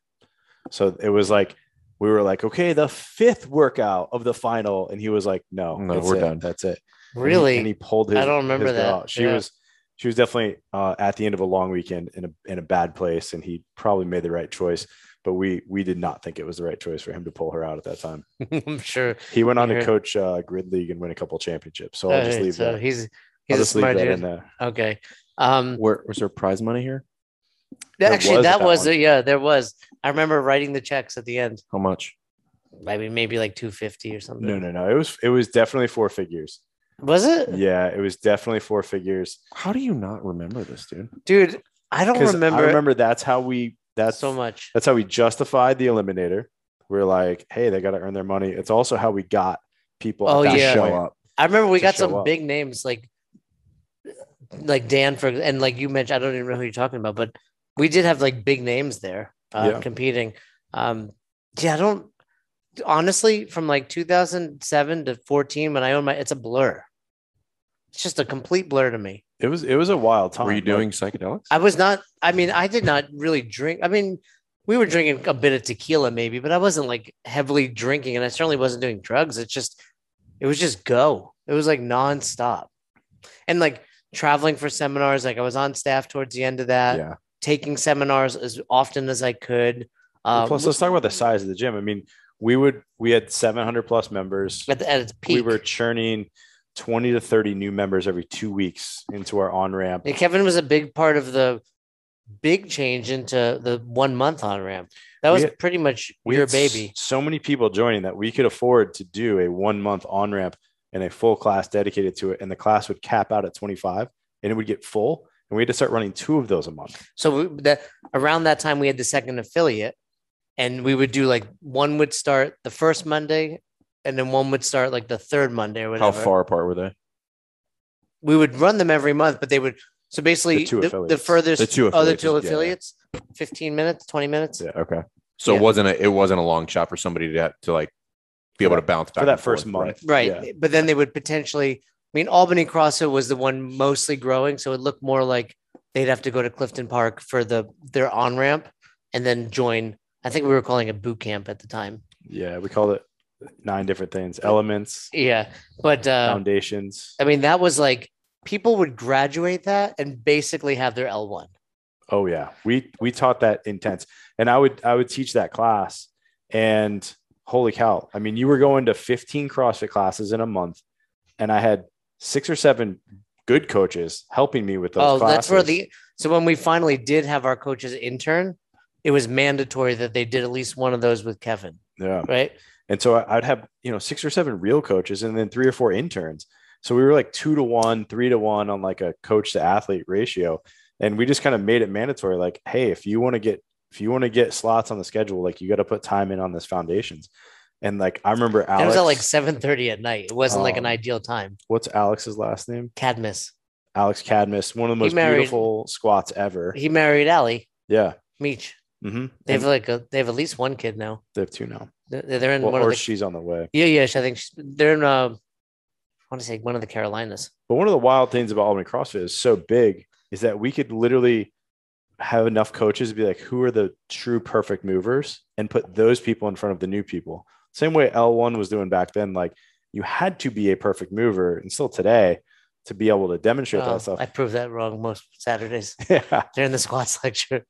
So it was like, we were like, okay, the fifth workout of the final. And he was like, no, No, that's we're it. done. That's it. And he- really And he pulled his, I don't remember his girl that. out. She Yeah. was, she was definitely uh, at the end of a long weekend in a in a bad place, and he probably made the right choice. But we we did not think it was the right choice for him to pull her out at that time. I'm sure. He went on Yeah. to coach uh, Grid League and win a couple championships. So I'll just Alright, leave so that. he's I'll he's a just leave smart that in dude. there. Okay. Um, Where was there prize money here? There actually, was that that was one. it. Yeah, there was. I remember writing the checks at the end. How much? I mean, maybe like two fifty or something. No, no, no. It was it was definitely four figures. Was it, Yeah, it was definitely four figures. How do you not remember this, dude? dude? I don't 'Cause remember, I remember that's how we that's so much. That's how we justified the eliminator. We're like, hey, they got to earn their money. It's also how we got people. Oh, at that yeah. Show point. up. I remember we to got show some up. big names like like Dan for and like you mentioned. I don't even know who you're talking about, but we did have like big names there uh, Yeah. competing. Um, yeah, I don't honestly from like 2007 to 14 when I own my. It's a blur. It's just a complete blur to me. It was it was a wild time. Were you Like, doing psychedelics? I was not. I mean, I did not really drink. I mean, we were drinking a bit of tequila, maybe, but I wasn't like heavily drinking, and I certainly wasn't doing drugs. It's just, it was just go. It was like nonstop, and like traveling for seminars. Like I was on staff towards the end of that, yeah. taking seminars as often as I could. Um, Plus, let's talk about the size of the gym. I mean, we would we had 700 plus members. at, the, at its peak, We were churning 20 to 30 new members every two weeks into our on ramp. And Kevin was a big part of the big change into the one month on ramp. That We was had- pretty much We your had s- baby. So many people joining that we could afford to do a one month on ramp and a full class dedicated to it. And the class would cap out at 25 and it would get full. And we had to start running two of those a month. So we- that around that time we had the second affiliate, and we would do like one would start the first Monday, and then one would start like the third Monday or How whatever. far apart were they? we would run them every month, but they would so basically The two the, the affiliates. furthest The two other affiliates, two yeah, yeah. affiliates, fifteen minutes, twenty minutes. Yeah. Okay. So Yeah. it wasn't a it wasn't a long shot for somebody to to like be able For to bounce back for that and first forth, month. right? Right. Yeah. But then they would potentially, I mean, Albany CrossFit was the one mostly growing. So it looked more like they'd have to go to Clifton Park for the their on ramp and then join. I think we were calling it boot camp at the time. Yeah. We called it nine different things elements, Yeah. But uh, foundations. I mean, that was like people would graduate that and basically have their L1. Oh yeah, we we taught that intense, and I would I would teach that class, and holy cow! I mean, you were going to fifteen CrossFit classes in a month, and I had six or seven good coaches helping me with those. Oh, classes. that's where the so when we finally did have our coaches intern, it was mandatory that they did at least one of those with Kevin, yeah, right? and so I, I'd have you know six or seven real coaches, and then three or four interns. So we were like two to one, three to one on like a coach to athlete ratio, and we just kind of made it mandatory. Like, hey, if you want to get if you want to get slots on the schedule, like you got to put time in on this foundations. And like I remember And Alex. it was at like seven thirty at night. It wasn't like an Um, ideal time. what's Alex's last name? Cadmus. Alex Cadmus, one of the He most married- beautiful squats ever. He married Allie yeah. Meach. Mm-hmm. They have like a, they have at least one kid now. they have two now. They're, they're in Well, one or of the she's on the way. yeah yeah. I think she's, they're in uh, I want to say one of the Carolinas. But one of the wild things about Albany CrossFit is so big is that we could literally have enough coaches to be like, who are the true perfect movers and put those people in front of the new people. Same way L1 was doing back then. Like you had to be a perfect mover and still today to be able to demonstrate Oh, that stuff. I proved that wrong most Saturdays yeah. during the squats lecture.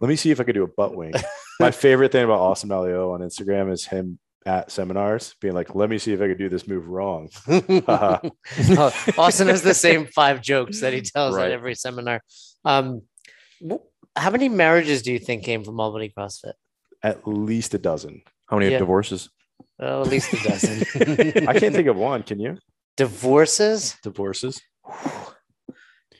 Let me see if I could do a butt wing. My favorite thing about Austin Malio on Instagram is him at seminars being like, let me see if I could do this move wrong. Uh, Austin has the same five jokes that he tells at Right. every seminar. Um, wh- how many marriages do you think came from Albany CrossFit? At least a dozen. How many Yeah. divorces? Oh, at least a dozen. I can't think of one. Can you? divorces. Divorces.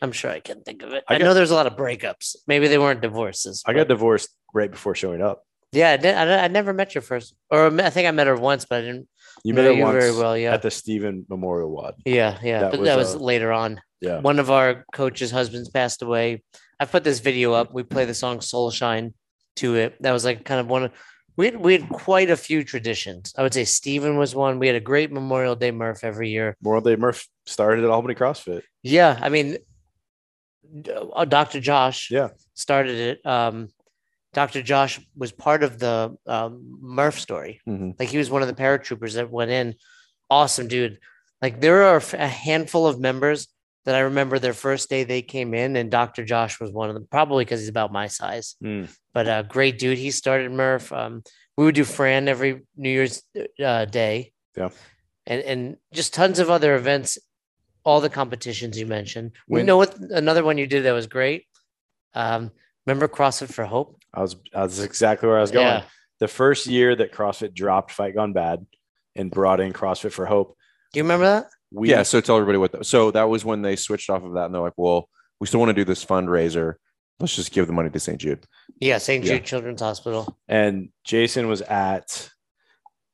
I'm sure I can think of it. I, I know got- there's a lot of breakups. Maybe they weren't divorces. I but- got divorced right before showing up. Yeah, I, did, I, I never met your first, or I think I met her once, but I didn't You met know her you once very well. Yeah, at the Stephen Memorial Wad. yeah, yeah. that but was, that was uh, later on. Yeah. One of our coaches' husbands passed away. I put this video up. We play the song "Soul Shine" to it. That was like kind of one of we had, we had quite a few traditions. I would say Stephen was one. We had a great Memorial Day Murph every year. Memorial Day Murph started at Albany CrossFit. Yeah, I mean, d- uh, Dr. Josh Yeah. started it. Um, Dr. Josh was part of the um, Murph story. Mm-hmm. Mhm. Like he was one of the paratroopers that went in. Awesome dude. Like there are a handful of members that I remember their first day they came in, and Dr. Josh was one of them, probably because he's about my size. Mm. But uh, great dude. He started Murph. Um, we would do Fran every New Year's uh, day. Yeah. And and just tons of other events, all the competitions you mentioned. We When- know what another one you did that was great. Um, remember CrossFit for Hope? I was that's exactly where I was going. Yeah. The first year that CrossFit dropped Fight Gone Bad and brought in CrossFit for Hope, Do you remember that? we yeah. So tell everybody what. The, so that was when they switched off of that, and they're like, "Well, we still want to do this fundraiser. Let's just give the money to St. Jude." Yeah, St. Yeah. Jude Children's Hospital. and Jason was at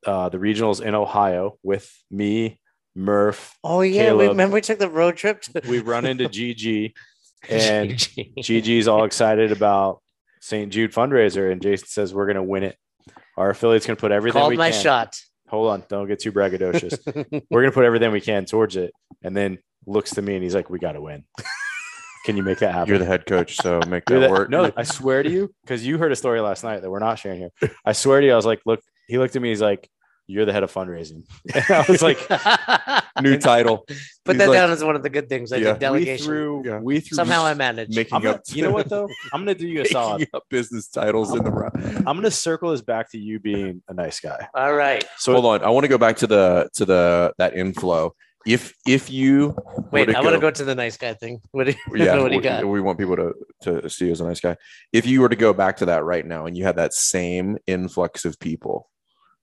uh, the regionals in Ohio with me, Murph. Oh yeah, we Caleb. remember we took the road trip to We run into GG and Gigi's all excited about St. Jude fundraiser, and Jason says we're gonna win it. Our affiliate's gonna put everything called we my can. shot. Hold on, don't get too braggadocious. we're gonna put everything we can towards it, and then looks to me and he's like, "We gotta win. Can you make that happen?" You're the head coach, so make You're that, the- work. No, I swear to you, because you heard a story last night that we're not sharing here. I swear to you, I was like, "Look," he looked at me, he's like, "You're the head of fundraising." And I was like, Put that new title. He's like- down as one of the good things. I Yeah. did delegation. We threw, Yeah. we threw Somehow I managed. Making I'm gonna, up. you know what though? I'm gonna do you a solid. Making up business titles in the round. I'm gonna circle this back to you being a nice guy. All right. So hold on. I want to go back to the to the that inflow. If if you Wait, were I want to go to the nice guy thing. What do you, yeah, what do we, you got? we want people to to see you as a nice guy. If you were to go back to that right now, and you had that same influx of people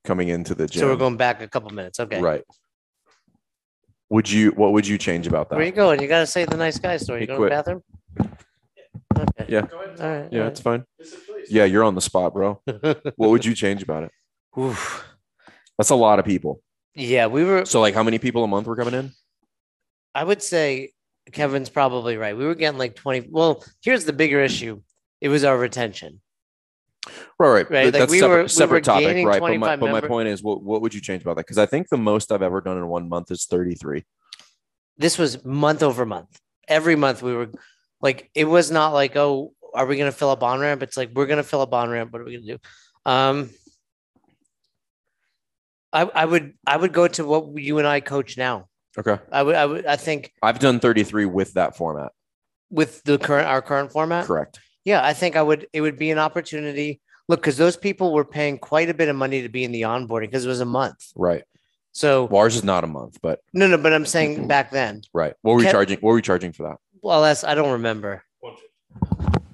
coming into the gym, So we're going back a couple minutes. Okay. right. Would you? What would you change about that? Where you going? You got to say the nice guy story. He You going to the quit. bathroom? Okay. Yeah. All right. Yeah, all it's fine. Yeah, you're on the spot, bro. right. What would you change about it? Oof. That's a lot of people. Yeah, we were. So, like, how many people a month were coming in? I would say Kevin's probably right. We were getting like 20. Well, here's the bigger issue it was our retention. Right, right. Right, Th- like, That's we separate, were- we separate were topic, gaining right? But, my, 25 but my member- point is, what, what would you change about that? Because I think the most I've ever done in one month is 33. This was month over month. Every month we were like, it was not like, oh, are we going to fill up on ramp? It's like, we're going to fill up on ramp. What are we going to do? Um, I, I would I would go to what you and I coach now. Okay. I would I would I think I've done 33 with that format. with the current our current format. Correct. Yeah, I think I would. It would be an opportunity. Look, because those people were paying quite a bit of money to be in the onboarding because it was a month. Right. So Well, ours is not a month, but no, no. But I'm saying back then. right. What were we Kev- charging? What were we charging for that? Well, that's I don't remember.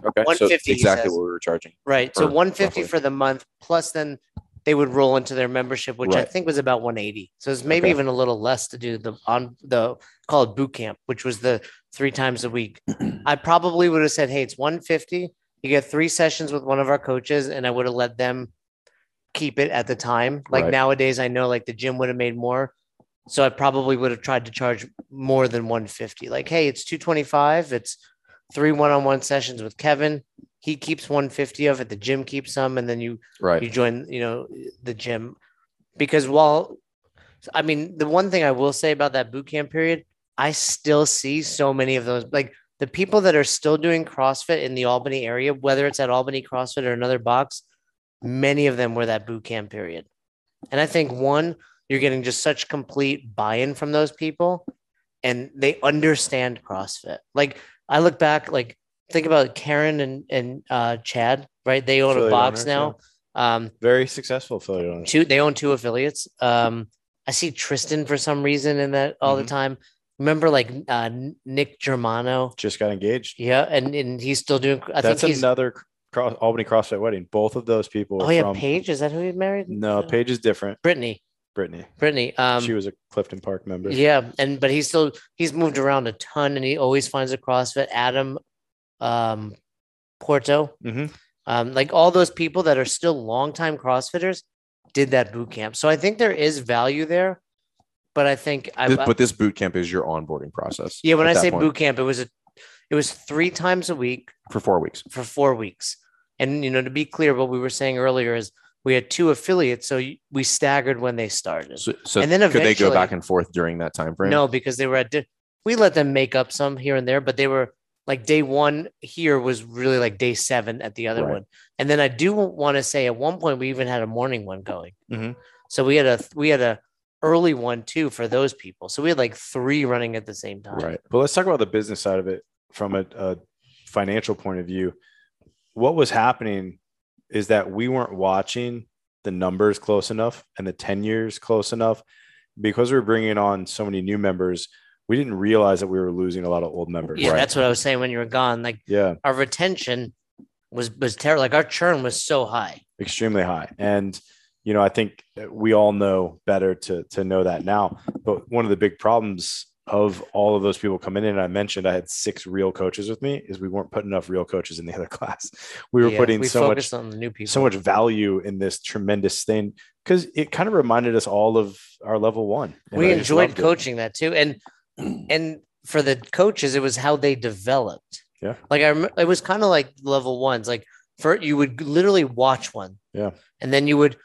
Okay. 150, he exactly says. what we were charging. Right. So Or 150 roughly. for the month plus then they would roll into their membership, which I Right. think was about 180. So it's maybe Okay. even a little less to do the on the called boot camp, which was the three times a week. I probably would have said, "Hey, it's 150. You get three sessions with one of our coaches," and I would have let them keep it at the time. Like Right. nowadays, I know like the gym would have made more. So I probably would have tried to charge more than 150. Like, hey, it's 225. It's three one-on-one sessions with Kevin. He keeps 150 of it. The gym keeps some, and then you Right. you join you know the gym because while i mean the one thing i will say about that boot camp period i still see so many of those like the people that are still doing crossfit in the albany area whether it's at albany crossfit or another box many of them were that boot camp period and i think one you're getting just such complete buy-in from those people and they understand crossfit like i look back like think about karen and and uh chad right they own a Affiliate box owners, now um very successful affiliate owner. two they own two affiliates um i see tristan for some reason in that all the Mhm. time remember like uh nick germano Just got engaged. yeah and and he's still doing i That's think he's another cross, Albany CrossFit wedding. Both of those people. oh are yeah from, paige is that who he married No, Paige. Paige is different. brittany Brittany. brittany um she was a Clifton Park member. yeah and but he's still he's moved around a ton and he always finds a crossfit adam um porto Mm-hmm. hmm um, like all those people that are still longtime crossfitters did that boot camp so i think there is value there but i think I, This- I- but this boot camp is your onboarding process. Yeah, when at I that say point, boot camp, it was a, it was three times a week for four weeks. for four weeks. And you know, to be clear, what we were saying earlier is we had two affiliates, so y- we staggered when they started. So, so And then could they go eventually- back and forth during that time frame? No, because they were at. Di- we let them make up some here and there, but they were like day one here was really like day seven at the other Right. one. And then I do want to say at one point we even had a morning one going. Mhm. So we had a we had a early one too for those people. So we had like three running at the same time. Right. But let's talk about the business side of it from a, a financial point of view. What was happening is that we weren't watching the numbers close enough and the 10 years close enough because we were bringing on so many new members. We didn't realize that we were losing a lot of old members. Yeah, that's what I was saying when you were gone. Like Yeah. our retention was was terrible. Like our churn was so high. extremely high. And you know, I think we all know better to to know that now. But one of the big problems of all of those people coming in, and I mentioned I had six real coaches with me, is we weren't putting enough real coaches in the other class. We were Yeah, putting we so much focused on the new people. so much value in this tremendous thing because it kind of reminded us all of our level one. And we I just enjoyed loved it. coaching that too and and for the coaches it was how they developed Yeah. like i remember it was kind of like level ones like for you would literally watch one Yeah. and then you would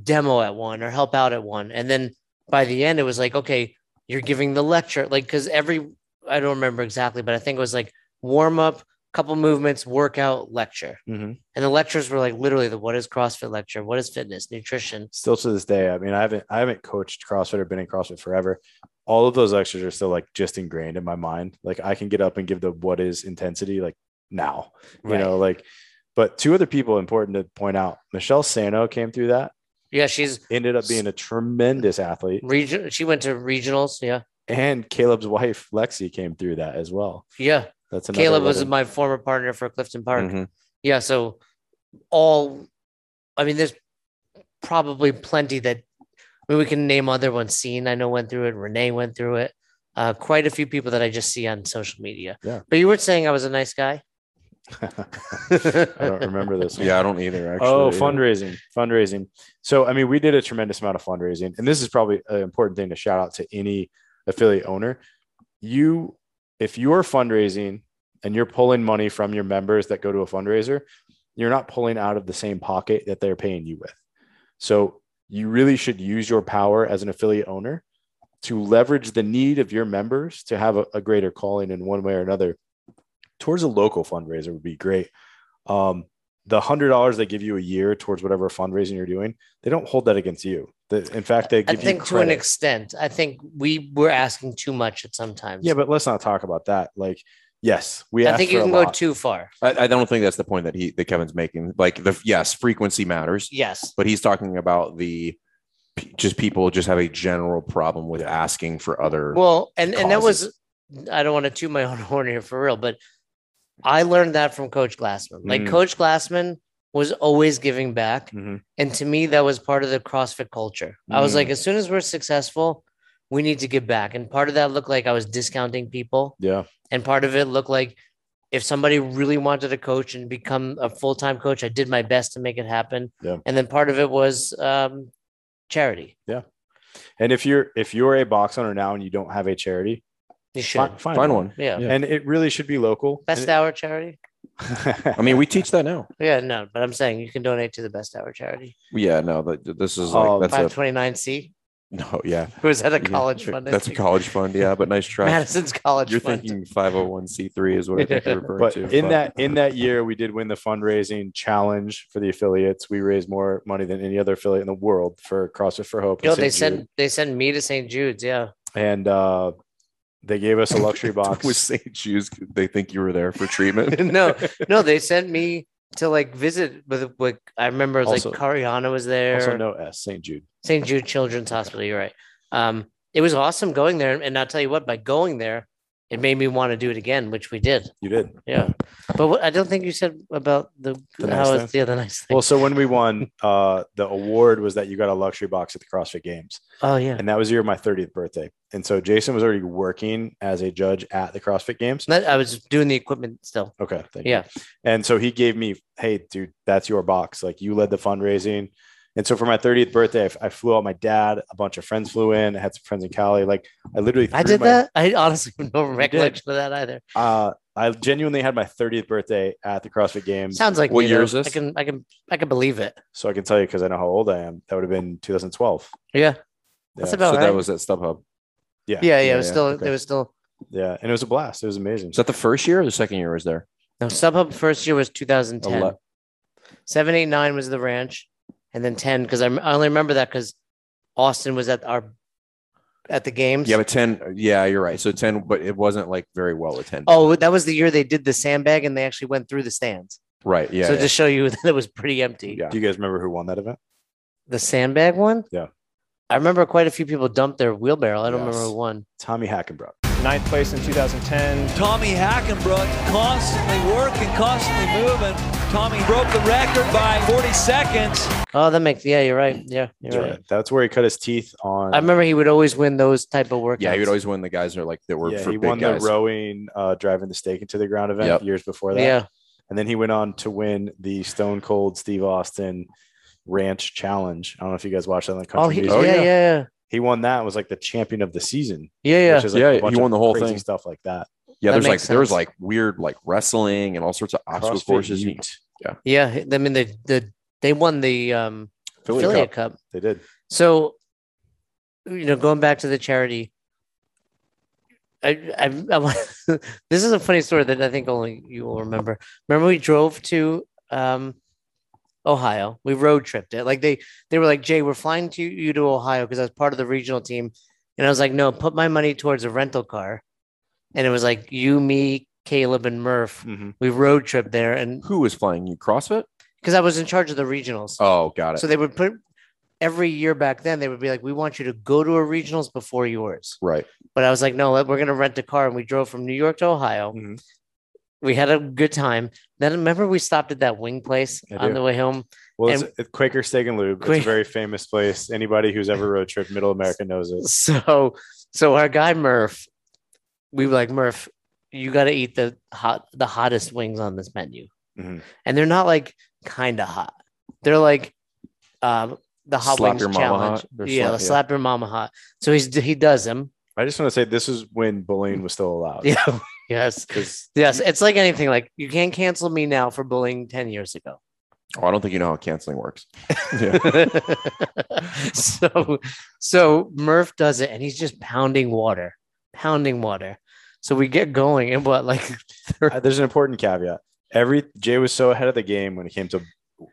demo at one or help out at one and then by the end it was like okay you're giving the lecture like because every i don't remember exactly but i think it was like warm up couple movements workout lecture Mhm. and the lectures were like literally the what is crossfit lecture what is fitness nutrition Still to this day, I mean, I haven't I haven't coached CrossFit or been in CrossFit forever. All of those lectures are still like just ingrained in my mind. Like I can get up and give the what is intensity like now. you know like but two other people important to point out michelle sano came through that yeah she's ended up being a tremendous athlete region she went to regionals yeah and caleb's wife lexi came through that as well Yeah, that's another Mm-hmm. Caleb was level. my former partner for Clifton Park. Mhm. Yeah, so all, I mean, there's probably plenty that I mean, we can name other ones. Seen, I know, went through it. Renee went through it. Uh, quite a few people that I just see on social media. Yeah. But you weren't saying I was a nice guy. i don't remember this one. Mm-hmm. Yeah, I don't either. Actually. oh Yeah. fundraising fundraising so i mean we did a tremendous amount of fundraising and this is probably an important thing to shout out to any affiliate owner you if you're fundraising and you're pulling money from your members that go to a fundraiser you're not pulling out of the same pocket that they're paying you with so you really should use your power as an affiliate owner to leverage the need of your members to have a, a greater calling in one way or another towards a local fundraiser would be great um, the hundred dollars they give you a year towards whatever fundraising you're doing, they don't hold that against you. The- in fact, they I give think you to an credit. extent, I think we were asking too much at sometimes. yeah, but let's not talk about that. Like, yes, we. I asked think for you a can go lot. too far. I, I don't think that's the point that he that Kevin's making. Like the yes, frequency matters, Yes. but he's talking about the p- just people just have a general problem with asking for other. Well, and and that was I don't want to toot my own horn here for real, but I learned that from Coach Glassman. Like Mm. Coach Glassman was always giving back, Mhm. and to me that was part of the CrossFit culture. I was Mm. like, as soon as we're successful, we need to give back, and part of that looked like I was discounting people, Yeah, and part of it looked like if somebody really wanted to coach and become a full time coach, I did my best to make it happen. Yeah. And then part of it was um, charity. and if you're if you're a box owner now and you don't have a charity, You should, find, find, find one. one. yeah. And it really should be local. Best hour charity. I mean, we teach that now. Yeah, no, but I'm saying you can donate to the Best Hour charity. Yeah, no, that, this is like Oh, that's a 529C, no, yeah, who is at a Yeah, college fund. I That's a think. college fund, yeah. But nice try. Madison's college You're fund. thinking 501c3 is what I think you're referring but to. in that in that year, we did win the fundraising challenge for the affiliates. We raised more money than any other affiliate in the world for CrossFit for Hope. and Yo, they St. Jude. send they send me to St. Jude's. Yeah, and uh, they gave us a luxury box. with St. Jude's, they think you were there for treatment. no, no, they sent me to like visit with. Like, I remember it was Also- like Cariana was also, there. no S, St. Jude. St. Jude Children's Hospital. You're right. Um, it was awesome going there, and I'll tell you what, by going there, it made me want to do it again, which we did. You did. Yeah, but what, I don't think you said about the, The nice how it's the other nice thing. Well, so when we won, uh, the award was that you got a luxury box at the CrossFit Games, oh yeah, and that was the year of my 30th birthday. And so Jason was already working as a judge at the CrossFit Games. That- I was doing the equipment still. Okay, thank Yeah. you. And so he gave me, hey, dude, that's your box. Like you led the fundraising. And so for my 30th birthday, I, f- I flew out my dad, a bunch of friends flew in. I had some friends in Cali. Like I literally I threw did my- that. I honestly have no recollection of that either. Uh, I genuinely had my 30th birthday at the CrossFit Games. Sounds like What me, year though. is this? I can, I can, I can believe it. So I can tell you because I know how old I am. That would have been 2012. Yeah, that's Yeah. about so right. that was at StubHub. Yeah. yeah, yeah, It was yeah, still, okay. it was still. Yeah. And it was a blast. It was amazing. Is that the first year or the second year I was there? No, SubHub first year was 2010. Ele- Seven, eight, nine was the ranch, and then ten because I, I only remember that because Austin was at our at the games. Yeah, but 10, yeah, you're right. So 10, but it wasn't like very well attended. oh, that was the year they did the sandbag and they actually went through the stands. right. Yeah. so yeah. to show you that it was pretty empty. Yeah. Do you guys remember who won that event? The sandbag one? Yeah. I remember quite a few people dumped their wheelbarrow. I don't remember Yes. who won. Tommy Hackenbrock. ninth place in 2010. Tommy Hackenbrook constantly working, constantly moving. Tommy broke the record by 40 seconds. Oh, that makes yeah, you're right. Yeah, you're That's right. right. That's where he cut his teeth on. I remember he would always win those type of workouts. yeah, he would always win the guys that are like that were yeah, for he big won guys. the rowing, uh, driving the stake into the ground event Yep. years before that. Yeah, And then he went on to win the Stone Cold Steve Austin Ranch Challenge. I don't know if you guys watched that on the country oh, he, music. yeah, yeah, yeah, He won that and was like the champion of the season. yeah, yeah. Which is like Yeah, a he bunch won of the whole crazy thing. Stuff like that. Yeah, That there's like makes there was sense. like weird like wrestling and all sorts of obstacle CrossFit courses. Ute. yeah. I mean, the the they won the um, Philly affiliate Cup. cup. They did. So, you know, going back to the charity, I, I, I this is a funny story that I think only you will remember. Remember, we drove to um, Ohio. We road tripped it. Like they, they were like, Jay, we're flying to you to Ohio because I was part of the regional team, and I was like, no, put my money towards a rental car, and it was like you, me, Caleb, and Murph. Mhm. We road tripped there, and Who was flying you? CrossFit? because I was in charge of the regionals, Oh, got it. so they would put every year back then, they would be like, we want you to go to a regionals before yours. right. But I was like, no, we're going to rent a car. And we drove from New York to Ohio. Mm-hmm. Mhm. We had a good time. Then remember, we stopped at that wing place I on do. the way home. Well, it's And- it's Quaker Steak and Lube. Quaker- It's a very famous place. Anybody who's ever road trip Middle America knows it. So, so our guy Murph, we were like, Murph, you got to eat the hot, the hottest wings on this menu. Mm-hmm. Mhm. And they're not like kind of hot. They're like, um, the hot Slap wings your mama challenge. hot. They're Yeah, slap- yeah. slap your mama hot. So he's he does them. I just want to say this is when bullying was still allowed. Yeah. Yes. Yes. It's like anything. Like you can't cancel me now for bullying ten years ago. Oh, I don't think you know how canceling works. yeah. so, so Murph does it, and he's just pounding water, pounding water. So we get going, and what like Uh, There's an important caveat. Every Jay was so ahead of the game when it came to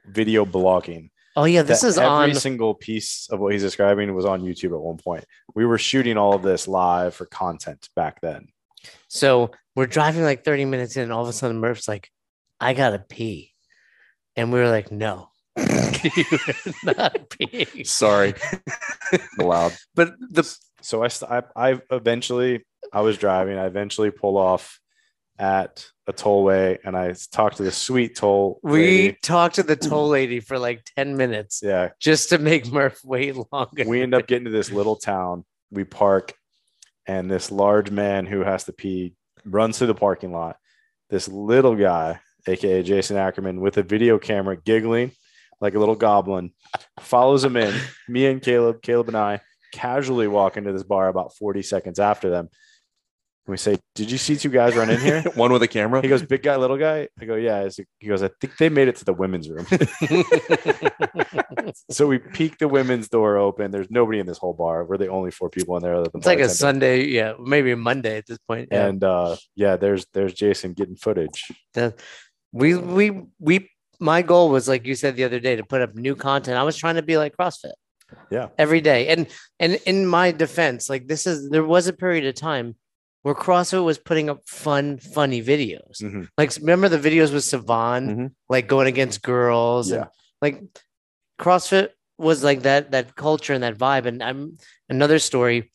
video blogging. oh yeah, this that is every on single piece of what he's describing was on YouTube at one point. We were shooting all of this live for content back then. So we're driving like 30 minutes in, and all of a sudden Murph's like, I gotta pee. And we were like, no. you are not peeing. Sorry. Allowed. But the So I, st- I, I eventually, I was driving. I eventually pull off at a tollway, and I talked to the sweet toll. we lady. talked to the toll lady for like 10 minutes yeah, just to make Murph wait longer. we end up getting to this little town. We park, and this large man who has to pee runs through the parking lot. This little guy, aka Jason Ackerman, with a video camera, giggling like a little goblin, follows him in. Me and Caleb, Caleb and I, casually walk into this bar about forty seconds after them. And we say, "Did you see two guys run in here?" One with a camera. He goes, "Big guy, little guy." I go, "Yeah." He's- He goes, "I think they made it to the women's room." so we peek the women's door open. There's nobody in this whole bar. We're the only four people in there. Other than it's like a bartender. Sunday, yeah, maybe a Monday at this point. Yeah. And uh, yeah, there's there's Jason getting footage. The- we we we my goal was like you said the other day to put up new content. I was trying to be like CrossFit. Yeah. Every day. And and in my defense, like this is there was a period of time where CrossFit was putting up fun, funny videos. Mhm. Like remember the videos with Savan, Mm-hmm. Mhm. like going against girls and like CrossFit was like that that culture and that vibe. And I'm another story.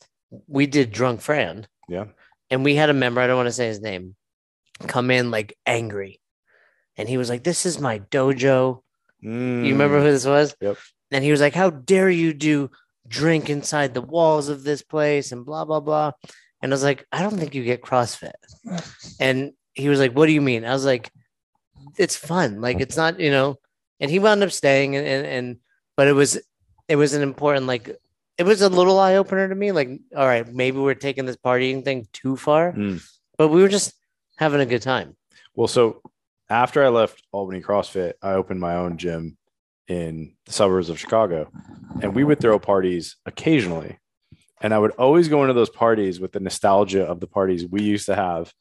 We did Drunk Fran. Yeah. And we had a member, I don't want to say his name, come in like angry. And he was like, This is my dojo. Mm. You remember who this was? Yep. And he was like, How dare you do drink inside the walls of this place and blah, blah, blah. And I was like, I don't think you get CrossFit. And he was like, What do you mean? I was like, It's fun. Like, it's not, you know. And he wound up staying and, and, and but it was, it was an important, like, it was a little eye opener to me. Like, all right, maybe we're taking this partying thing too far, Mm. but we were just having a good time. Well, so after I left Albany CrossFit, I opened my own gym in the suburbs of Chicago, and we would throw parties occasionally. And I would always go into those parties with the nostalgia of the parties we used to have,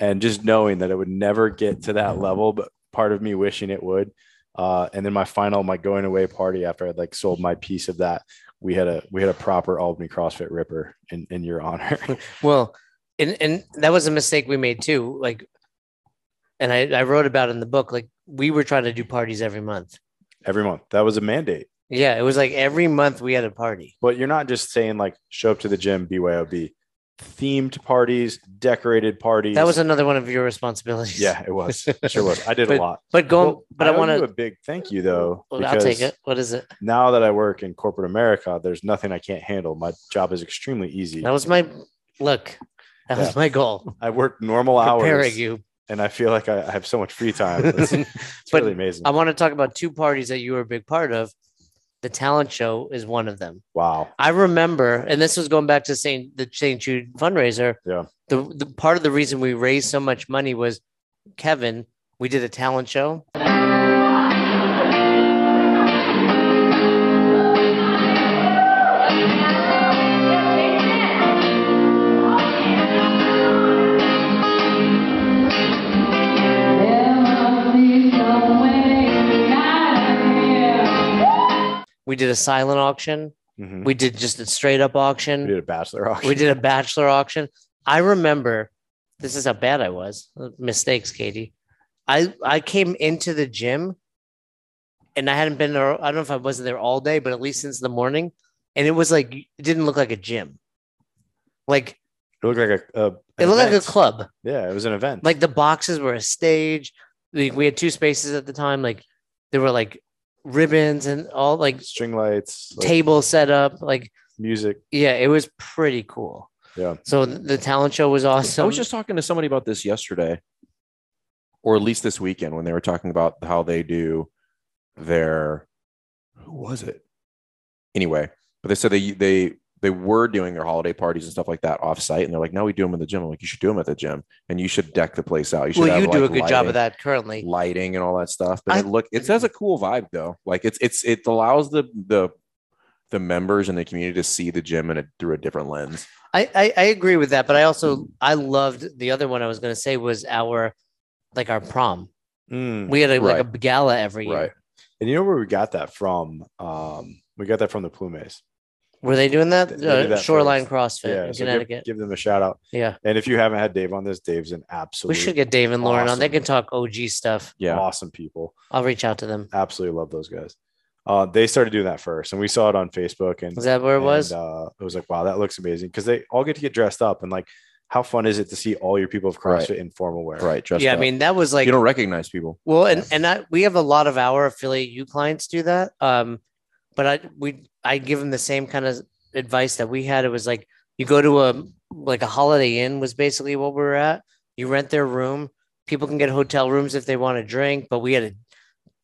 and just knowing that it would never get to that level, but part of me wishing it would. Uh, and then my final, my going away party after I'd like sold my piece of that, we had a we had a proper Albany CrossFit Ripper in, in your honor. Well, and and that was a mistake we made too. Like, and I I wrote about it in the book. Like, we were trying to do parties every month. Every month. That was a mandate. Yeah, it was like every month we had a party. But you're not just saying like show up to the gym, BYOB. Themed parties, decorated parties. That was another one of your responsibilities. yeah, it was. It sure was. I did a lot. But going, Well, but I, owe want you to. a big thank you though. Well, I'll take because it. What is it? Now that I work in corporate America, there's nothing I can't handle. My job is extremely easy. That was my look. That Yeah. was my goal. I work normal Preparing hours, you. and I feel like I, I have so much free time. It's, it's But um, really amazing. I want to talk about two parties that you were a big part of. The talent show is one of them. wow. I remember, and this was going back to Saint the Saint Jude fundraiser. Yeah. The, the part of the reason we raised so much money was Kevin. We did a talent show. We did a silent auction. Mhm. We did just a straight up auction. We did a bachelor auction. We did a bachelor auction. I remember this is how bad I was. Mistakes, Katie. I I came into the gym and I hadn't been there. I don't know if I wasn't there all day, but at least since the morning. And it was like it didn't look like a gym. Like It looked like a. a it an looked like a event. club. Yeah, it was an event. Like the boxes were a stage. Like we had two spaces at the time. Like there were like ribbons and all like string lights, like table set up. Like music. yeah, it was pretty cool. Yeah. So th- the talent show was awesome. I was just talking to somebody about this yesterday, or at least this weekend when they were talking about how they do their who was it? Anyway, but they said they they they were doing their holiday parties and stuff like that off site, and they're like, now we do them in the gym. I'm like, you should do them at the gym, and you should deck the place out. You should well, have, you do like, a good job of lighting- that currently. lighting and all that stuff. But I- it look, it has a cool vibe though. Like it's it's it allows the the the members and the community to see the gym in a, through a different lens. I, I I agree with that, but I also I loved the other one. I was going to say was our like our prom. Mm. We had a, like a Right. gala every year. Right. And you know where we got that from? Um, we got that from the Plumes. Were they doing that? They- they Uh, did that Shoreline CrossFit Yeah, in so give, Connecticut. give them a shout out. yeah, And if you haven't had Dave on this, Dave's an we absolute should get Dave and Lauren on. They awesome. can talk OG stuff. Yeah. awesome people. I'll reach out to them. Absolutely love those guys. Uh, they started doing that first, and we saw it on Facebook. And Is that where it and, was? uh, it was like, wow, that looks amazing because they all get to get dressed up, and like, how fun is it to see all your people of CrossFit in formal wear? Right. Dressed yeah, up. I mean that was like you don't recognize people. Well, and and I, we have a lot of our affiliate U clients do that. Um, but I we I give them the same kind of advice that we had. It was like you go to a like a Holiday Inn was basically what we were at. You rent their room. People can get hotel rooms if they want to drink, but we had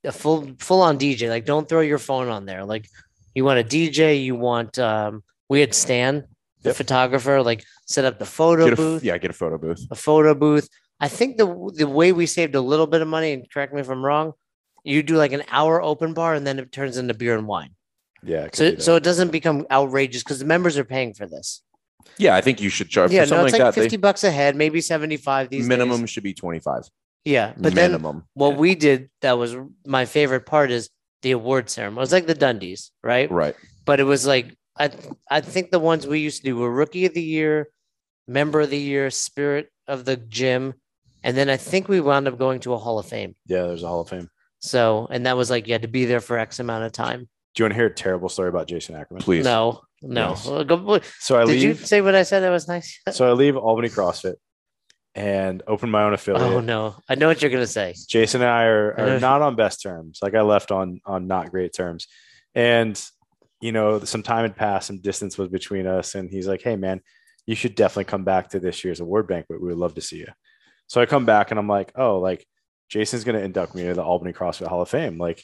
a, a full full on DJ. Like, don't throw your phone on there. Like, you want a DJ. You want um, we had Stan, the Yep. photographer, like set up the photo Get a, booth f- yeah, get a photo booth. a photo booth. I think the the way we saved a little bit of money, and correct me if I'm wrong, you do like an hour open bar, and then it turns into beer and wine. Yeah. it could So be that. so it doesn't become outrageous because the members are paying for this. Yeah, I think you should charge yeah, for something no, it's like, like, fifty that. bucks a head, maybe seventy five They, these minimum days. should be twenty five. Yeah, but then Minimum. what we did that was my favorite part is the award ceremony. It was like the Dundies, right? right. But it was like I I think the ones we used to do were rookie of the year, member of the year, spirit of the gym, and then I think we wound up going to a Hall of Fame. yeah, there's a Hall of Fame. So, and that was like you had to be there for X amount of time. Do you want to hear a terrible story about Jason Ackerman? Please. No, no. Yes. Uh, go- So I Did you leave. say what I said? That was nice. so I leave Albany CrossFit and open my own affiliate. Oh no, I know what you're gonna say. Jason and I are, I know. are not on best terms. Like I left on on not great terms, and you know some time had passed, some distance was between us, and he's like, "Hey man, you should definitely come back to this year's award banquet. We would love to see you." So I come back and I'm like, "Oh, like Jason's gonna induct me into the Albany CrossFit Hall of Fame. Like,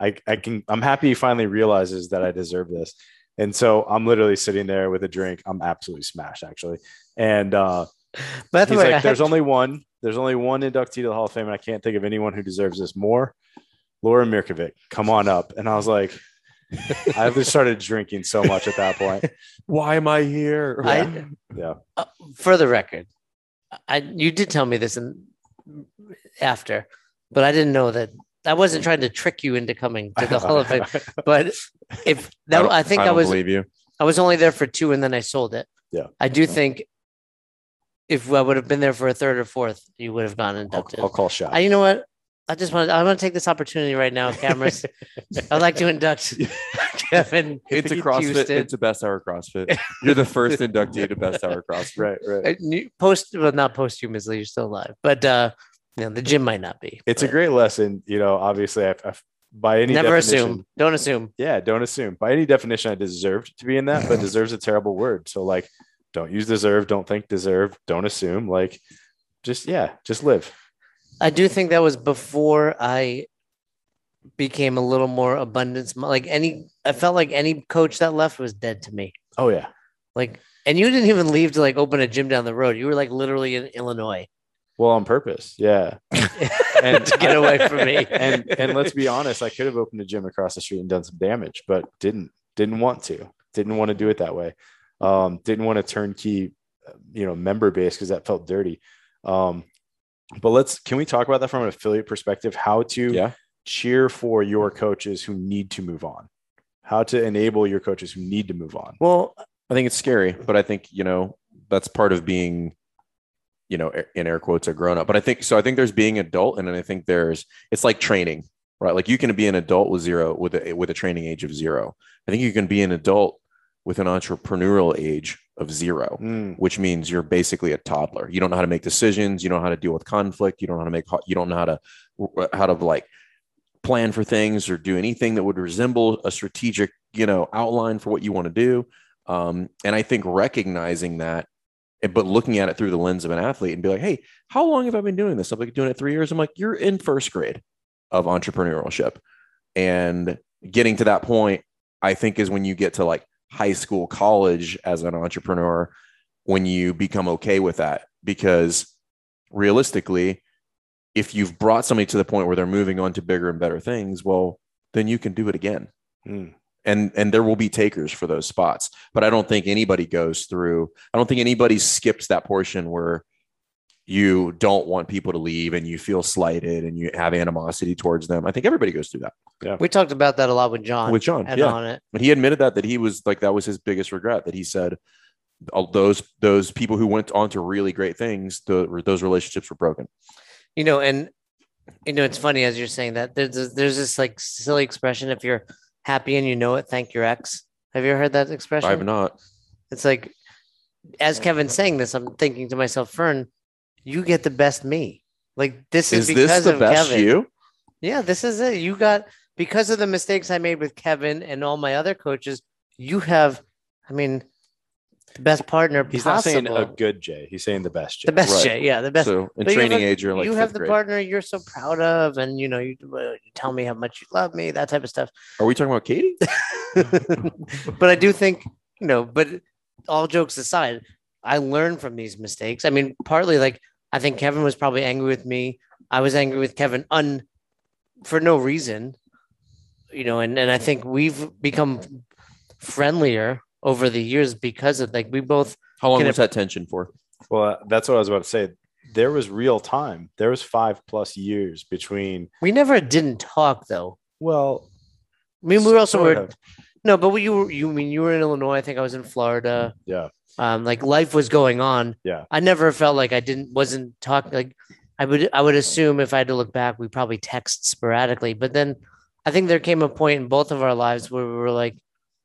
I I can I'm happy he finally realizes that I deserve this." And so I'm literally sitting there with a drink. I'm absolutely smashed actually, and uh, By the He's way, I, like, there's only one. There's only one inductee to the Hall of Fame, and I can't think of anyone who deserves this more. Laura Mirkovic, come on up. And I was like, I just started drinking so much at that point. Why am I here? I- Yeah. uh, for the record, I you did tell me this in after, but I didn't know that I wasn't trying to trick you into coming to the Hall of Fame, but if that, don't- I, think I, don't was believe you. I was only there for two, and then I sold it. Yeah. I do think if I would have been there for a third or fourth, you would have gone I'll, inducted. I'll call shot. I, you know what? I just want. I want to take this opportunity right now, cameras. I'd like to induct Kevin. It's a CrossFit. Houston. It's a best hour CrossFit. You're the first inductee to best hour CrossFit. right, right. Uh, new- post well not posthumously you're still alive but uh you know, the gym might not be It's a but great lesson, you know. Obviously, I, I by any never definition, assume don't assume Yeah, don't assume. By any definition, I deserved to be in that, but deserves a terrible word. So like, don't use deserve. Don't think deserve. Don't assume. Like, just yeah, just live. i do think that was before i became a little more abundance like any i felt like any coach that left was dead to me Oh yeah, like and you didn't even leave to like open a gym down the road you were like literally in illinois well on purpose. Yeah, and to get away from me and and let's be honest, I could have opened a gym across the street and done some damage, but didn't. Didn't want to. Didn't want to do it that way. Um, didn't want a turnkey, you know, member base because that felt dirty. Um, but let's can we talk about that from an affiliate perspective? How to Yeah. cheer for your coaches who need to move on how to enable your coaches who need to move on Well, I think it's scary, but I think you know that's part of being, you know, a- in air quotes, a grown up. But I think so. I think there's being adult, and then I think there's it's like training, right? Like you can be an adult with zero with a with a training age of zero. I think you can be an adult with an entrepreneurial age of zero, Mm, which means you're basically a toddler. You don't know how to make decisions. You don't know how to deal with conflict. You don't know how to make. ho- You don't know how to how to like plan for things or do anything that would resemble a strategic you know outline for what you want to do. Um, and I think recognizing that, and- but looking at it through the lens of an athlete and be like, hey, how long have I been doing this? I've been doing it three years. I'm like, you're in first grade of entrepreneurship, and getting to that point, I think, is when you get to like high school, college as an entrepreneur when you become okay with that because realistically if you've brought somebody to the point where they're moving on to bigger and better things well then you can do it again mm. and and there will be takers for those spots but i don't think anybody goes through i don't think anybody skips that portion where you don't want people to leave and you feel slighted and you have animosity towards them i think everybody goes through that we talked about that a lot with john with john and yeah on it but he admitted that that he was like that was his biggest regret that he said all those those people who went on to really great things the, those relationships were broken you know and you know it's funny as you're saying that there's this, there's this like silly expression if you're happy and you know it thank your ex have you ever heard that expression i've not it's like as kevin's saying this i'm thinking to myself fern you get the best me like this is is, because this the of best kevin you yeah this is it you got because of the mistakes i made with kevin and all my other coaches you have i mean the best partner he's not possible saying a good jay he's saying the best jay the best right. Jay, yeah the best so in But you have training a- age you're like you have fifth the grade. partner you're so proud of, and you know you, uh, you tell me how much you love me, that type of stuff. are we talking about katie but I do think you know. But all jokes aside, I learn from these mistakes. I mean, partly like I think Kevin was probably angry with me. I was angry with Kevin un for no reason, you know. And and I think we've become friendlier over the years because of like we both how long Can was I- that tension for well uh, that's what i was about to say there was real time there was five plus years between we never didn't talk though. well I mean, we were also Sort were, of. no, but we you were you I mean you were in Illinois. I think I was in Florida. yeah um like life was going on Yeah. i never felt like i didn't wasn't talking like i would i would assume if i had to look back we probably text sporadically but then i think there came a point in both of our lives where we were like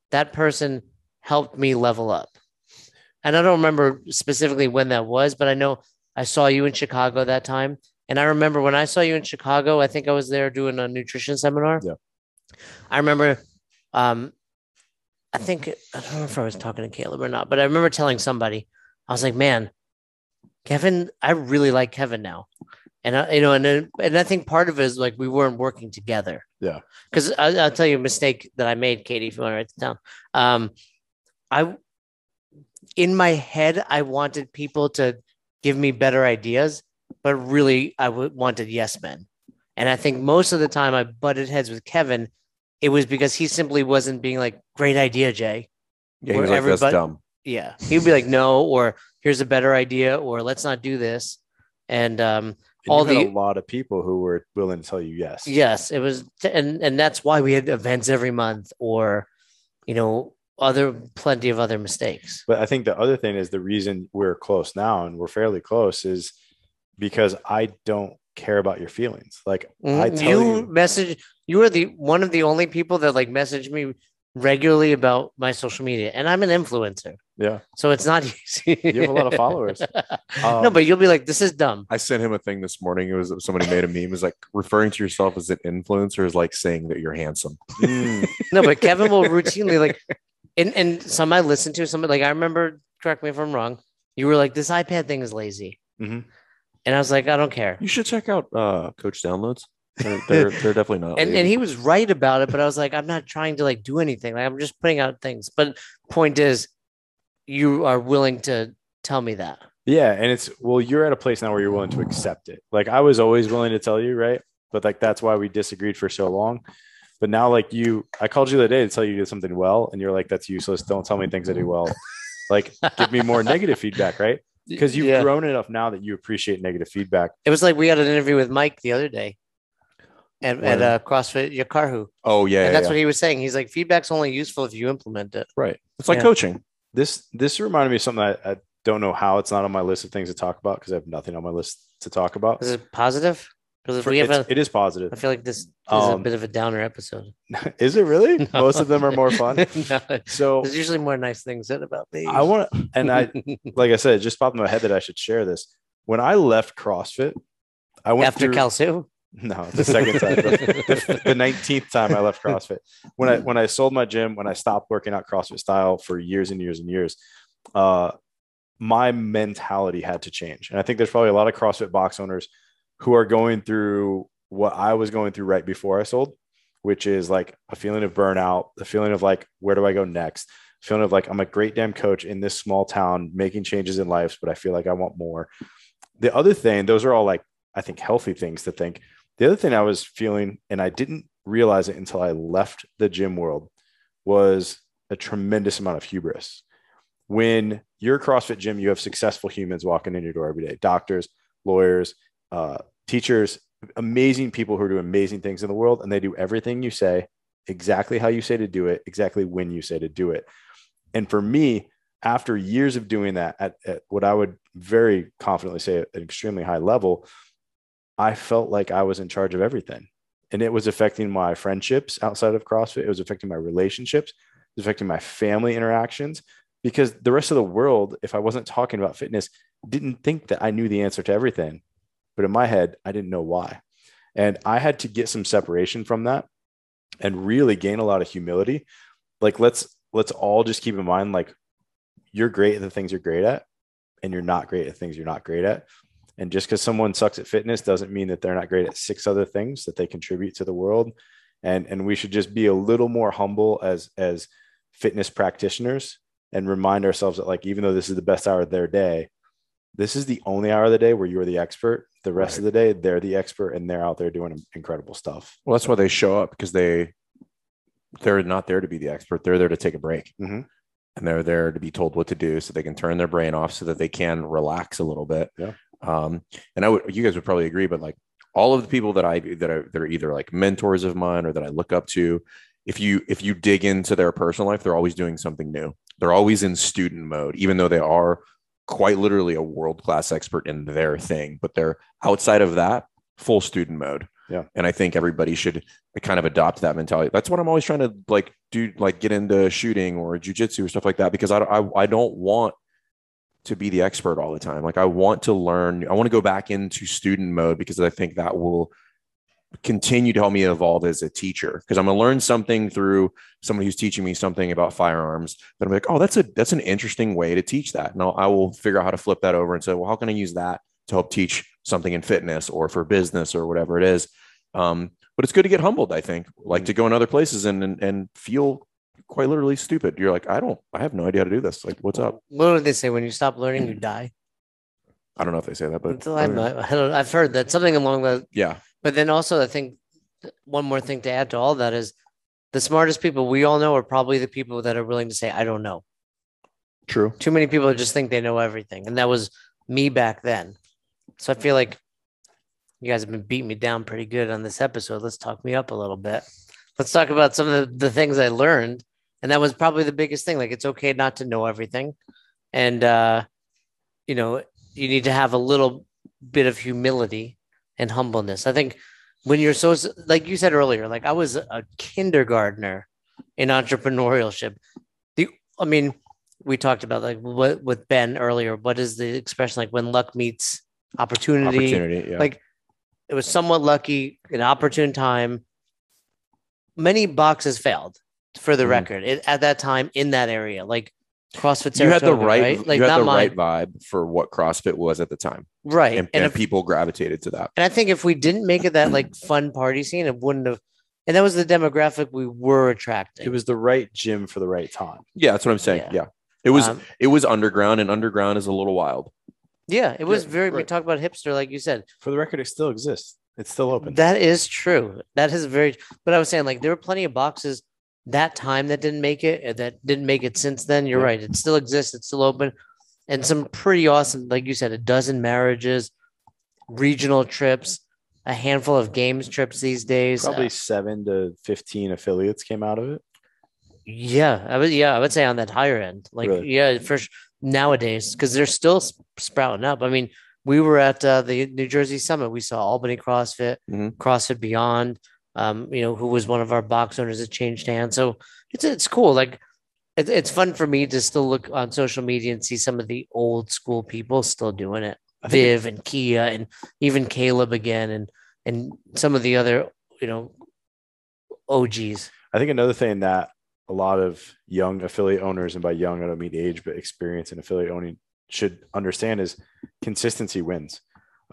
that person helped me level up and i don't remember specifically when that was but i know i saw you in chicago that time and i remember when i saw you in chicago i think i was there doing a nutrition seminar Yeah. i remember um I think I don't know if I was talking to Caleb or not, but I remember telling somebody, I was like, "Man, Kevin, I really like Kevin now," and I, you know, and then- and I think part of it is like we weren't working together. Yeah. because I'll tell you a mistake that I made, Katie, if you want to write it down. Um, I in my head, I wanted people to give me better ideas, but really, I w- wanted yes men, and I think most of the time I butted heads with Kevin it was because he simply wasn't being like, great idea, Jay. yeah he Where was like that's everybody- dumb Yeah. He'd be like, no, or here's a better idea, or let's not do this. And um, And All you had the- a lot of people who were willing to tell you yes. Yes, it was, and and that's why we had events every month, or you know, other plenty of other mistakes. But I think the other thing is the reason we're close now and we're fairly close is because I don't care about your feelings. Like I Mhm. tell you, you, message. You are the one of the only people that like message me regularly about my social media, and I'm an influencer, yeah, so it's not easy. you have a lot of followers. no, Um, but you'll be like, this is dumb. I sent him a thing this morning. It was somebody made a meme. It was like referring to yourself as an influencer is like saying that you're handsome. mm, No, but Kevin will routinely like, and and some I listen to some like I remember. Correct me if I'm wrong. You were like, this iPad thing is lazy, Mhm. and I was like, I don't care. Mm-hmm. You should check out uh, Coach Downloads. They're, they're, they're definitely and not. and lazy. he was right about it but i was like i'm not trying to like do anything like i'm just putting out things but point is you are willing to tell me that yeah, and it's well, you're at a place now where you're willing to accept it. Like I was always willing to tell you, right? But like that's why we disagreed for so long. But now, like you, I called you the other day to tell you you did something well, and you're like, "That's useless. Don't tell me things I do well. Like, give me more negative feedback, right?" Because you've Yeah. grown enough now that you appreciate negative feedback. it was like we had an interview with mike the other day at, at uh, crossfit yakarhu oh yeah, and yeah, that's yeah. what he was saying he's like feedback's only useful if you implement it right. It's like Yeah. coaching. this this reminded me of something I, I don't know how it's not on my list of things to talk about because I have nothing on my list to talk about. is it positive because if we have It's- a it is i positive. feel like this is a Um, bit of a downer episode is it really? Most of them are more No, fun. So there's usually more nice things said about me I want to, and I like I said, it just popped in my head that I should share this. When I left CrossFit, I went after through, Cal Sue? No, the second time, the, the nineteenth time I left CrossFit. When I when I sold my gym, when I stopped working out CrossFit style for years and years and years, uh, my mentality had to change, and I think there's probably a lot of CrossFit box owners who are going through what I was going through right before I sold, which is like a feeling of burnout, the feeling of like where do I go next, feeling of like I'm a great damn coach in this small town making changes in lives, but I feel like I want more. The other thing, those are all like I think healthy things to think. The other thing I was feeling, and I didn't realize it until I left the gym world, was a tremendous amount of hubris. When you're a CrossFit gym, you have successful humans walking in your door every day doctors, lawyers, uh, teachers, amazing people who do amazing things in the world, and they do everything you say exactly how you say to do it, exactly when you say to do it. And for me, after years of doing that at, at what I would very confidently say at an extremely high level, I felt like I was in charge of everything. And it was affecting my friendships outside of CrossFit. It was affecting my relationships. It was affecting my family interactions because the rest of the world, if I wasn't talking about fitness, didn't think that I knew the answer to everything. But in my head, I didn't know why. And I had to get some separation from that and really gain a lot of humility. Like let's let's all just keep in mind like you're great at the things you're great at and you're not great at things you're not great at. And just because someone sucks at fitness doesn't mean that they're not great at six other things that they contribute to the world. And and we should just be a little more humble as as fitness practitioners and remind ourselves that like even though this is the best hour of their day, this is the only hour of the day where you're the expert. The rest of the day, they're the expert and they're out there doing incredible stuff. Well, that's why they show up because they they're not there to be the expert. They're there to take a break, Mhm. and they're there to be told what to do so they can turn their brain off so that they can relax a little bit. Yeah. Um, and I would, you guys would probably agree, but like all of the people that I that are that are either like mentors of mine or that I look up to, if you if you dig into their personal life, they're always doing something new. They're always in student mode, even though they are quite literally a world class expert in their thing. But they're outside of that full student mode. Yeah. And I think everybody should kind of adopt that mentality. That's what I'm always trying to like do, like get into shooting or jujitsu or stuff like that, because I, I, I don't want to be the expert all the time. Like I want to learn, I want to go back into student mode because I think that will continue to help me evolve as a teacher. Cause I'm going to learn something through somebody who's teaching me something about firearms that I'm like, Oh, that's a, that's an interesting way to teach that. And I'll, I will figure out how to flip that over and say, well, how can I use that to help teach something in fitness or for business or whatever it is. Um, but it's good to get humbled, I think, like Mm. to go in other places and, and and feel quite literally stupid. You're like, I don't, I have no idea how to do this. Like, what's up? What did they say? When you stop learning, you die. I don't know if they say that, but Until Oh, I'm, I don't, I've heard that something along the yeah, But then also, I think th- one more thing to add to all that is the smartest people we all know are probably the people that are willing to say, I don't know. true. Too many people just think they know everything. And that was me back then. So I feel like You guys have been beating me down pretty good on this episode. Let's talk me up a little bit. Let's talk about some of the, the things I learned. And that was probably the biggest thing. Like, it's okay not to know everything. And, uh, you know, you need to have a little bit of humility and humbleness. I think when you're so, like you said earlier, like I was a kindergartner in entrepreneurship. The, I mean, we talked about like what with Ben earlier. What is the expression like when luck meets opportunity? Opportunity. Yeah. Like it was somewhat lucky, an opportune time. Many boxes failed for the Mhm. record it, at that time in that area, like CrossFit. you had the Saratoga, right, right? like you had not the mine, right vibe for what CrossFit was at the time, right? and, And and if- people gravitated to that. And I think if we didn't make it that like fun party scene, it wouldn't have. And that was the demographic we were attracting. It was the right gym for the right time. Yeah, that's what I'm saying. Yeah. Yeah, it was Um, it was underground, and underground is a little wild. yeah, it was yeah, very. We right. talked about hipster, like you said. For the record, it still exists. It's still open. That is true. That is very. But I was saying, like, there were plenty of boxes that time that didn't make it, and that didn't make it since then. You're Yeah. right. It still exists. It's still open, and some pretty awesome, like you said, a dozen marriages, regional trips, a handful of games trips these days. Probably Uh, seven to fifteen affiliates came out of it. Yeah, I would. Yeah, I would say on that higher end, like Really? yeah, for s- nowadays because they're still s- sprouting up. I mean, we were at uh, the New Jersey Summit. We saw Albany CrossFit, Mm-hmm. Mhm. CrossFit Beyond. Um, you know, who was one of our box owners that changed hands. So it's it's cool. Like it, it's fun for me to still look on social media and see some of the old school people still doing it. I think Viv and Kia and even Caleb again and and some of the other you know OGs. I think another thing that a lot of young affiliate owners, and by young, I don't mean age, but experience in affiliate owning should understand is consistency wins.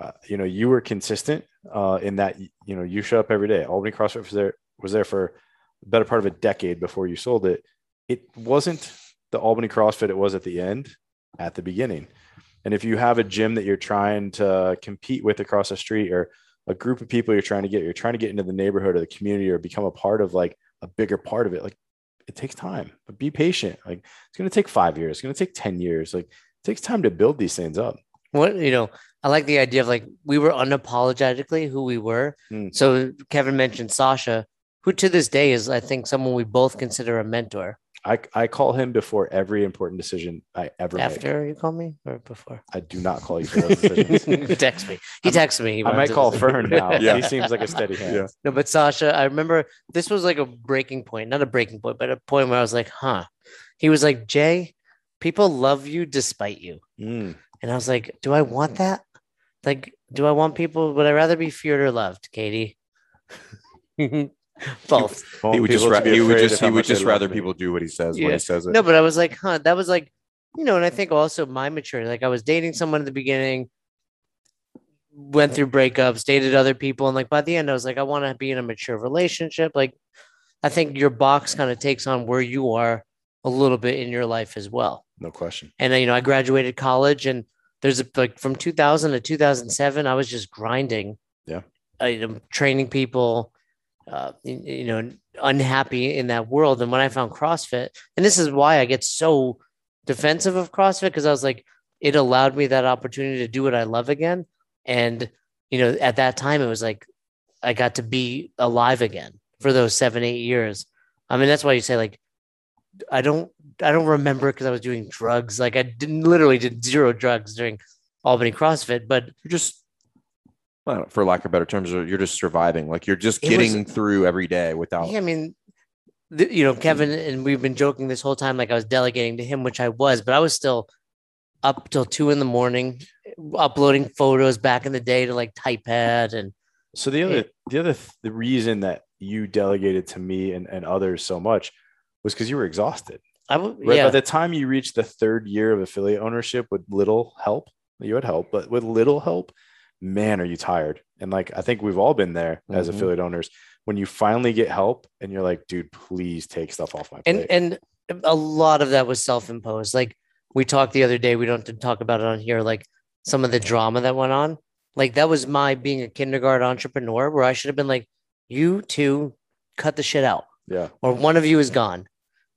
Uh, you know, you were consistent uh, in that, you know, you showed up every day. Albany CrossFit was there, was there for the better part of a decade before you sold it. It wasn't the Albany CrossFit it was at the end, at the beginning. And if you have a gym that you're trying to compete with across the street or a group of people you're trying to get, you're trying to get into the neighborhood or the community or become a part of like a bigger part of it. Like it takes time, but be patient. Like it's going to take five years. It's going to take 10 years. Like it takes time to build these things up. what you know i like the idea of like we were unapologetically who we were Hmm. Mm. so kevin mentioned sasha who to this day is i think someone we both consider a mentor I, I call him before every important decision I ever make. after you call me or before I do not call you for those decisions. text me he I'm- texts me he I might wants call to- Fern now. Yeah. He seems like a steady hand. Yeah. no but sasha i remember this was like a breaking point not a breaking point but a point where i was like huh he was like jay people love you despite you Mm. and i was like do i want that like do i want people would i rather be feared or loved katie both Well, He would Oh, people just to ra- be he would afraid just of how he would much they just love rather me. people do what he says when Yeah. he says it. No, but I was like, huh, that was like, you know, and I think also my maturity. Like I was dating someone at the beginning, went through breakups, dated other people, and like by the end, I was like, I want to be in a mature relationship. Like I think your box kind of takes on where you are a little bit in your life as well. No question. And you know, I graduated college, and there's a like from 2000 to 2007, I was just grinding. Yeah. I, am training people, uh, you, you know, unhappy in that world. And when I found CrossFit, and this is why I get so defensive of CrossFit because I was like, it allowed me that opportunity to do what I love again. And you know, at that time, it was like I got to be alive again for those seven, eight years. I mean, that's why you say like, I don't, I don't remember because I was doing drugs. Like I didn't literally did zero drugs during Albany CrossFit, but You're just, I don't know, for lack of better terms, you're you're just surviving. Like you're just It was- getting through every day without. Yeah, I mean, th- you know, Kevin and we've been joking this whole time, like I was delegating to him, which I was, but I was still up till two in the morning, uploading photos back in the day to like Typepad and So the other the other th- the reason that you delegated to me and, and others so much was because you were exhausted. I would, Right. yeah, By the time you reach the third year of affiliate ownership with little help, you had help, but with little help, man, are you tired? And like, I think we've all been there as Mhm. Mm-hmm. affiliate owners when you finally get help and you're like, dude, please take stuff off my plate. and and a lot of that was self-imposed. Like we talked the other day, we don't have to talk about it on here. Like some of the drama that went on, like that was my being a kindergarten entrepreneur, where I should have been like, you two, cut the shit out. yeah. or one of you is gone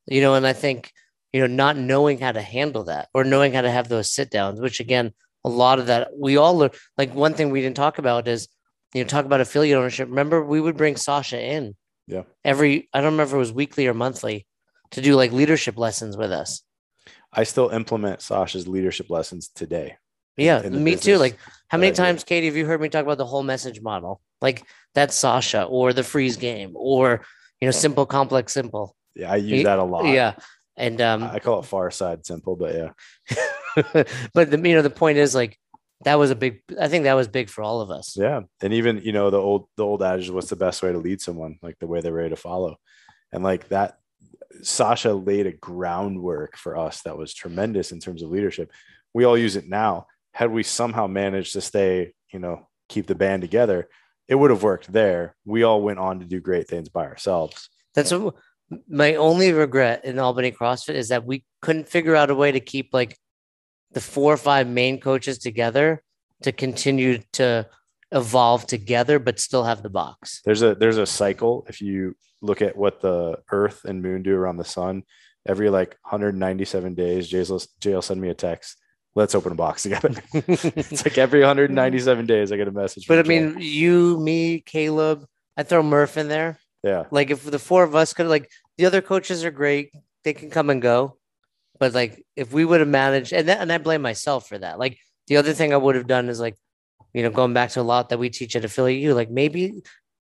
you know and i think you know not knowing how to handle that or knowing how to have those sit downs which again a lot of that we all learn like one thing we didn't talk about is you know, talk about affiliate ownership. Remember, we would bring Sasha in. Yeah. Every I don't remember if it was weekly or monthly to do like leadership lessons with us. I still implement Sasha's leadership lessons today. Yeah, in the me too. business Like how that I many do. times, Katie, have you heard me talk about the whole message model? Like that's Sasha or the freeze game or you know, simple, complex, simple. Yeah, I use Ye- that a lot. Yeah. And um I call it far side simple, but yeah. but the you know the point is like that was a big i think that was big for all of us Yeah. And even, you know, the old the old adage what's the best way to lead someone? Like the way they're ready to follow. And like that Sasha laid a groundwork for us that was tremendous in terms of leadership. We all use it now. Had we somehow managed to stay, you know, keep the band together, it would have worked there. We all went on to do great things by ourselves. that's what, my only regret in albany crossfit is that we couldn't figure out a way to keep like the four or five main coaches together to continue to evolve together but still have the box There's a there's a cycle if you look at what the earth and moon do around the sun. Every like 197 days, Jay'll, Jay'll send me a text. Let's open a box together. it's like every 197 days I get a message. but i from Jay. mean you me caleb i throw murph in there yeah, like if the four of us could like the other coaches are great they can come and go but like if we would have managed and that, and i blame myself for that like the other thing i would have done is like you know going back to a lot that we teach at affiliate u like maybe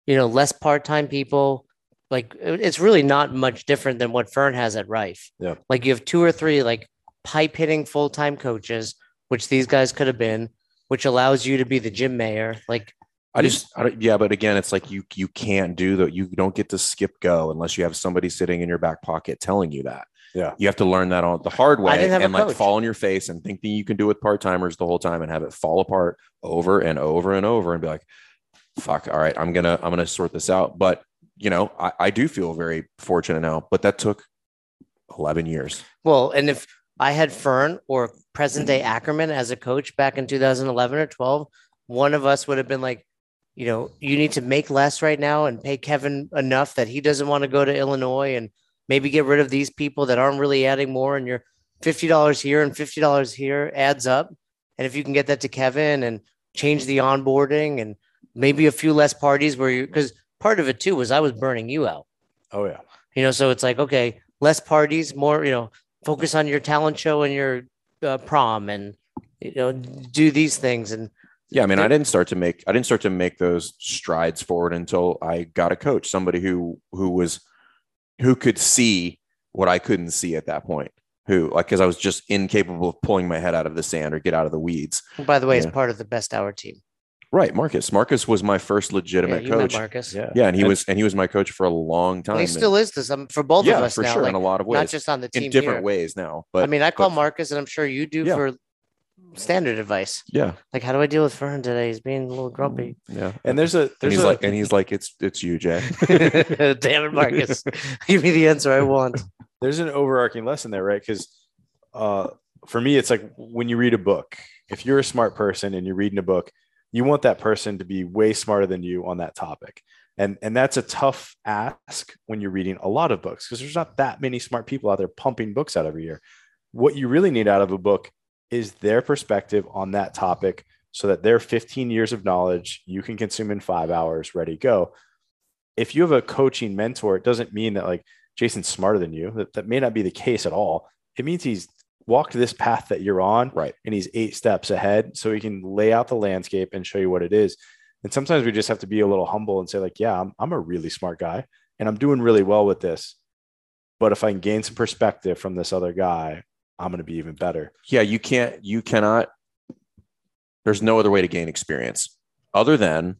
you know less part-time people like it- it's really not much different than what fern has at rife Yeah. like you have two or three like pipe hitting full-time coaches which these guys could have been which allows you to be the gym mayor like I You- just, I don't, yeah, but again, it's like you you can't do that. You don't get to skip go unless you have somebody sitting in your back pocket telling you that. Yeah. you have to learn that on the hard way didn't have a and like coach. fall on your face and thinking you can do with part timers the whole time and have it fall apart over and over and over and be like, "Fuck, all right, I'm gonna I'm gonna sort this out." But you know, I, I do feel very fortunate now, but that took eleven years. Well, and if I had Fern or present day Ackerman as a coach back in 2011 or 12, one of us would have been like, you know, you need to make less right now and pay Kevin enough that he doesn't want to go to Illinois and maybe get rid of these people that aren't really adding more. And your $50 here and $50 here adds up. And if you can get that to Kevin and change the onboarding and maybe a few less parties where you, because part of it too was I was burning you out oh yeah, you know so it's like okay less parties more you know focus on your talent show and your uh, prom and you know do these things and Yeah, I mean, I There- didn't start to make I didn't start to make those strides forward until I got a coach, somebody who who was who could see what I couldn't see at that point. Who like because I was just incapable of pulling my head out of the sand or get out of the weeds. by the way Yeah. it's part of the best hour team Right, Marcus. Marcus was my first yeah, legitimate you met coach. marcus yeah, Yeah, and he was and he was my coach for a long time. And he and- still is to some for both yeah, of us for now sure like, in a lot of not ways, just on the team in different here. ways now. But i mean i call but- marcus and i'm sure you do Yeah. for standard advice yeah, like how do i deal with fern today he's being a little grumpy yeah. and there's a and there's he's a, like and he's like it's it's you, Jay. damn it marcus give me the answer i want there's an overarching lesson there, right? Because uh, for me, it's like when you read a book, if you're a smart person and you're reading a book, you want that person to be way smarter than you on that topic. And, and that's a tough ask when you're reading a lot of books because there's not that many smart people out there pumping books out every year. What you really need out of a book is their perspective on that topic so that their 15 years of knowledge you can consume in five hours, ready, go. If you have a coaching mentor, it doesn't mean that like Jason's smarter than you. That, that may not be the case at all. It means he's walked this path that you're on, Right. And he's eight steps ahead, so he can lay out the landscape and show you what it is. And sometimes we just have to be a little humble and say, like, yeah, I'm, I'm a really smart guy, and I'm doing really well with this. But if I can gain some perspective from this other guy, I'm going to be even better. yeah you can't you cannot there's no other way to gain experience other than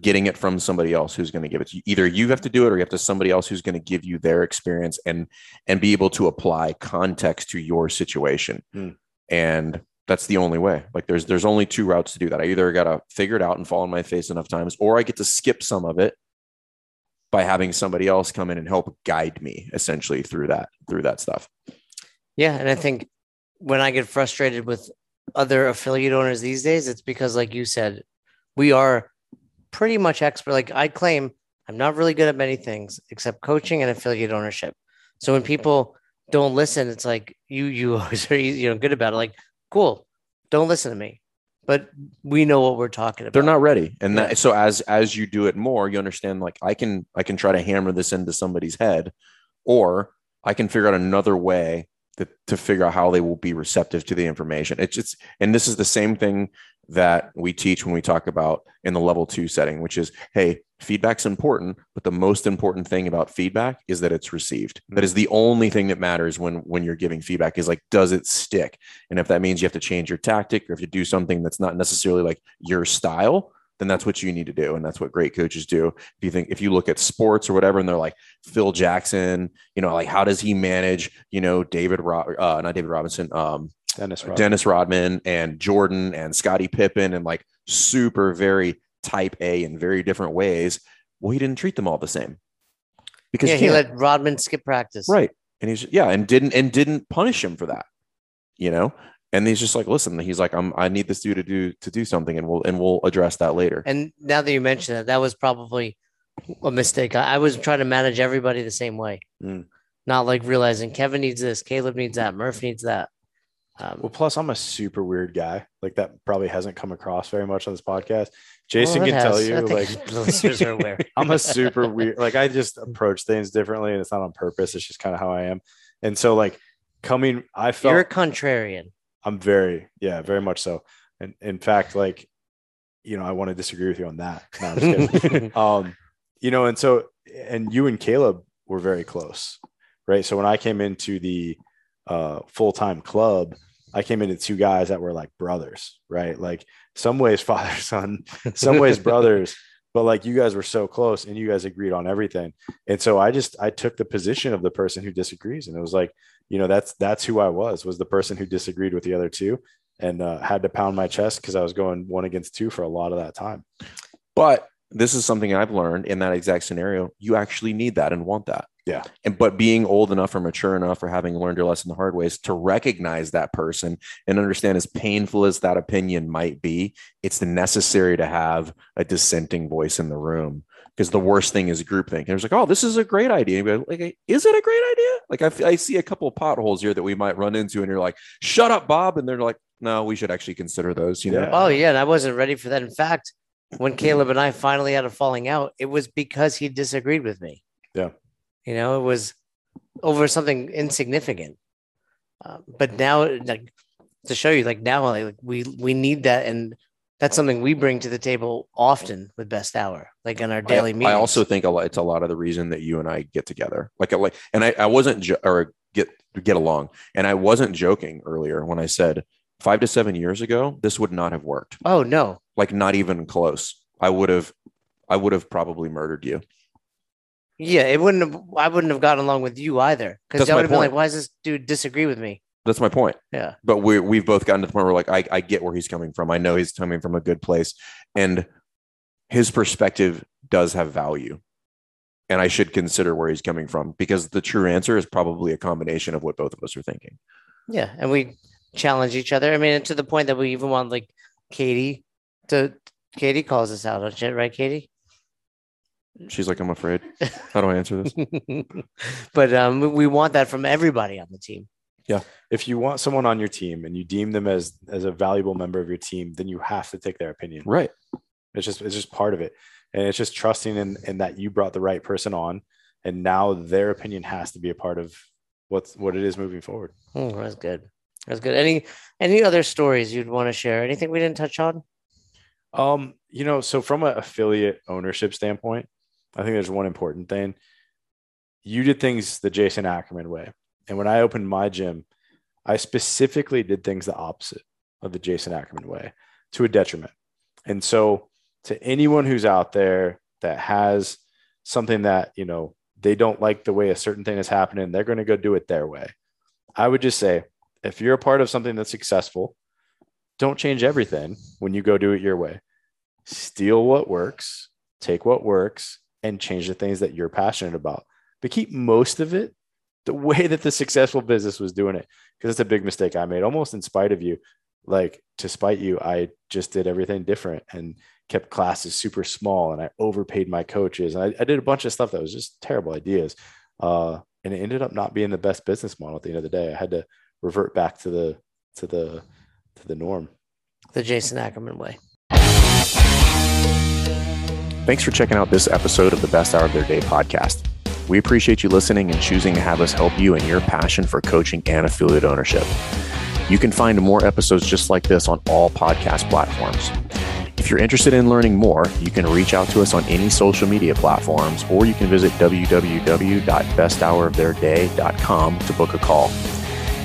getting it from somebody else who's going to give it to you either you have to do it or you have to somebody else who's going to give you their experience and and be able to apply context to your situation Hmm. and that's the only way like there's there's only two routes to do that i either got to figure it out and fall on my face enough times or i get to skip some of it by having somebody else come in and help guide me essentially through that through that stuff Yeah, and I think when I get frustrated with other affiliate owners these days, it's because, like you said, we are pretty much expert. Like I claim, I'm not really good at many things except coaching and affiliate ownership. So when people don't listen, it's like you you always are you know good about it. Like cool, don't listen to me. but we know what we're talking about. they're not ready and Yeah. that so as as you do it more you understand like i can i can try to hammer this into somebody's head or i can figure out another way to, to figure out how they will be receptive to the information it's just and this is the same thing that we teach when we talk about in the level two setting which is hey feedback's important but the most important thing about feedback is that it's received That is the only thing that matters when when you're giving feedback is like does it stick and if that means you have to change your tactic or if you do something that's not necessarily like your style, then that's what you need to do. And that's what great coaches do. If you think, if you look at sports or whatever, and they're like Phil Jackson, you know, like how does he manage, you know, David, Ro- uh, not David Robinson, um, Dennis Rodman. Dennis Rodman and Jordan and Scottie Pippen and like super very type A in very different ways. Well, he didn't treat them all the same because yeah, he he can't. let Rodman skip practice. Right. And he's yeah, and didn't and didn't punish him for that. You know? And he's just like, listen, he's like, I'm I need this dude to do to do something and we'll and we'll address that later. And now that you mention that, that was probably a mistake. I, I was trying to manage everybody the same way, Mm. not like realizing Kevin needs this, Caleb needs that, Murph needs that. Um, Well, plus I'm a super weird guy. Like that probably hasn't come across very much on this podcast. Jason well, it can tell has. you, I like think the listeners are aware. I'm a super weird. Like I just approach things differently, and it's not on purpose. It's just kind of how I am. And so, like coming, I felt You're a contrarian. I'm very, yeah, very much so. And in fact, like, you know, I want to disagree with you on that. No, I'm just kidding. um, you know, and so, and you and Caleb were very close, right? So when I came into the uh, full time club, I came into two guys that were like brothers, right? Like some ways father son, some ways brothers, but like you guys were so close and you guys agreed on everything. And so I just I took the position of the person who disagrees, and it was like you know that's that's who I was was the person who disagreed with the other two and uh, had to pound my chest because I was going one against two for a lot of that time. But this is something I've learned in that exact scenario. You actually need that and want that. Yeah. And but being old enough or mature enough or having learned your lesson the hard way is to recognize that person and understand as painful as that opinion might be, it's necessary to have a dissenting voice in the room. Because the worst thing is groupthink. And it's like, oh, this is a great idea. And you're like, is it a great idea? Like, I, f- I see a couple of potholes here that we might run into, and you're like, shut up, Bob. And they're like, no, we should actually consider those. You know, Yeah. Oh yeah, and I wasn't ready for that. In fact, when Caleb and I finally had a falling out, it was because he disagreed with me. Yeah. you know, it was over something insignificant. Uh, but now, like to show you, like now, like we we need that, and that's something we bring to the table often with Best Hour, like in our I- daily I, meetings. also think a lot, it's a lot of the reason that you and I get together. Like, I like, and I, I wasn't jo- or get get along, and I wasn't joking earlier when I said five to seven years ago this would not have worked. oh no, Like, not even close. I would have, I would have probably murdered you. yeah, it wouldn't have. I wouldn't have gotten along with you either because That's I my would have been point. like, why does this dude disagree with me? That's my point. Yeah. But we we've both gotten to the point where like I, I get where he's coming from. I know he's coming from a good place. And his perspective does have value. And I should consider where he's coming from because the true answer is probably a combination of what both of us are thinking. Yeah, and we challenge each other. I mean, and to the point that we even want like Katie to Katie calls us out on shit, right, Katie? She's like, I'm afraid. How do I answer this? but um, we- we want that from everybody on the team. If you want someone on your team and you deem them as as a valuable member of your team, then you have to take their opinion. right. It's just it's just part of it, and it's just trusting in in that you brought the right person on, and now their opinion has to be a part of what's what it is moving forward. Mm, that's good. That's good. Any any other stories you'd want to share? Anything we didn't touch on? Um, you know, so from an affiliate ownership standpoint, I think there's one important thing. You did things the Jason Ackerman way. And when I opened my gym, I specifically did things the opposite of the Jason Ackerman way to a detriment. And so to anyone who's out there that has something that, you know, they don't like the way a certain thing is happening, they're going to go do it their way. I would just say if you're a part of something that's successful, don't change everything when you go do it your way. Steal what works, take what works, and change the things that you're passionate about. But keep most of it the way that the successful business was doing it. Because it's a big mistake I made, almost in spite of you. Like, to spite you, I just did everything different and kept classes super small and I overpaid my coaches. And I, I did a bunch of stuff that was just terrible ideas. Uh, and it ended up not being the best business model at the end of the day. I had to revert back to the, to the, to the norm. the Jason Ackerman way. Thanks for checking out this episode of the Best Hour of Their Day podcast. We appreciate you listening and choosing to have us help you in your passion for coaching and affiliate ownership. You can find more episodes just like this on all podcast platforms. If you're interested in learning more, you can reach out to us on any social media platforms or you can visit www.besthouroftheirday.com to book a call.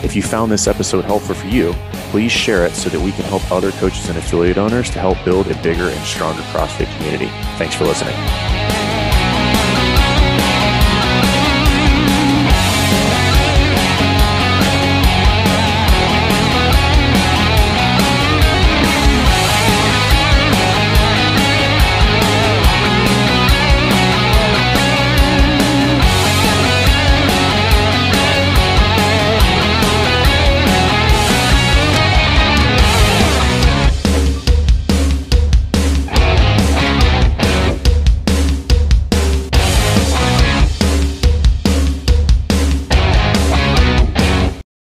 If you found this episode helpful for you, please share it so that we can help other coaches and affiliate owners to help build a bigger and stronger CrossFit community. Thanks for listening.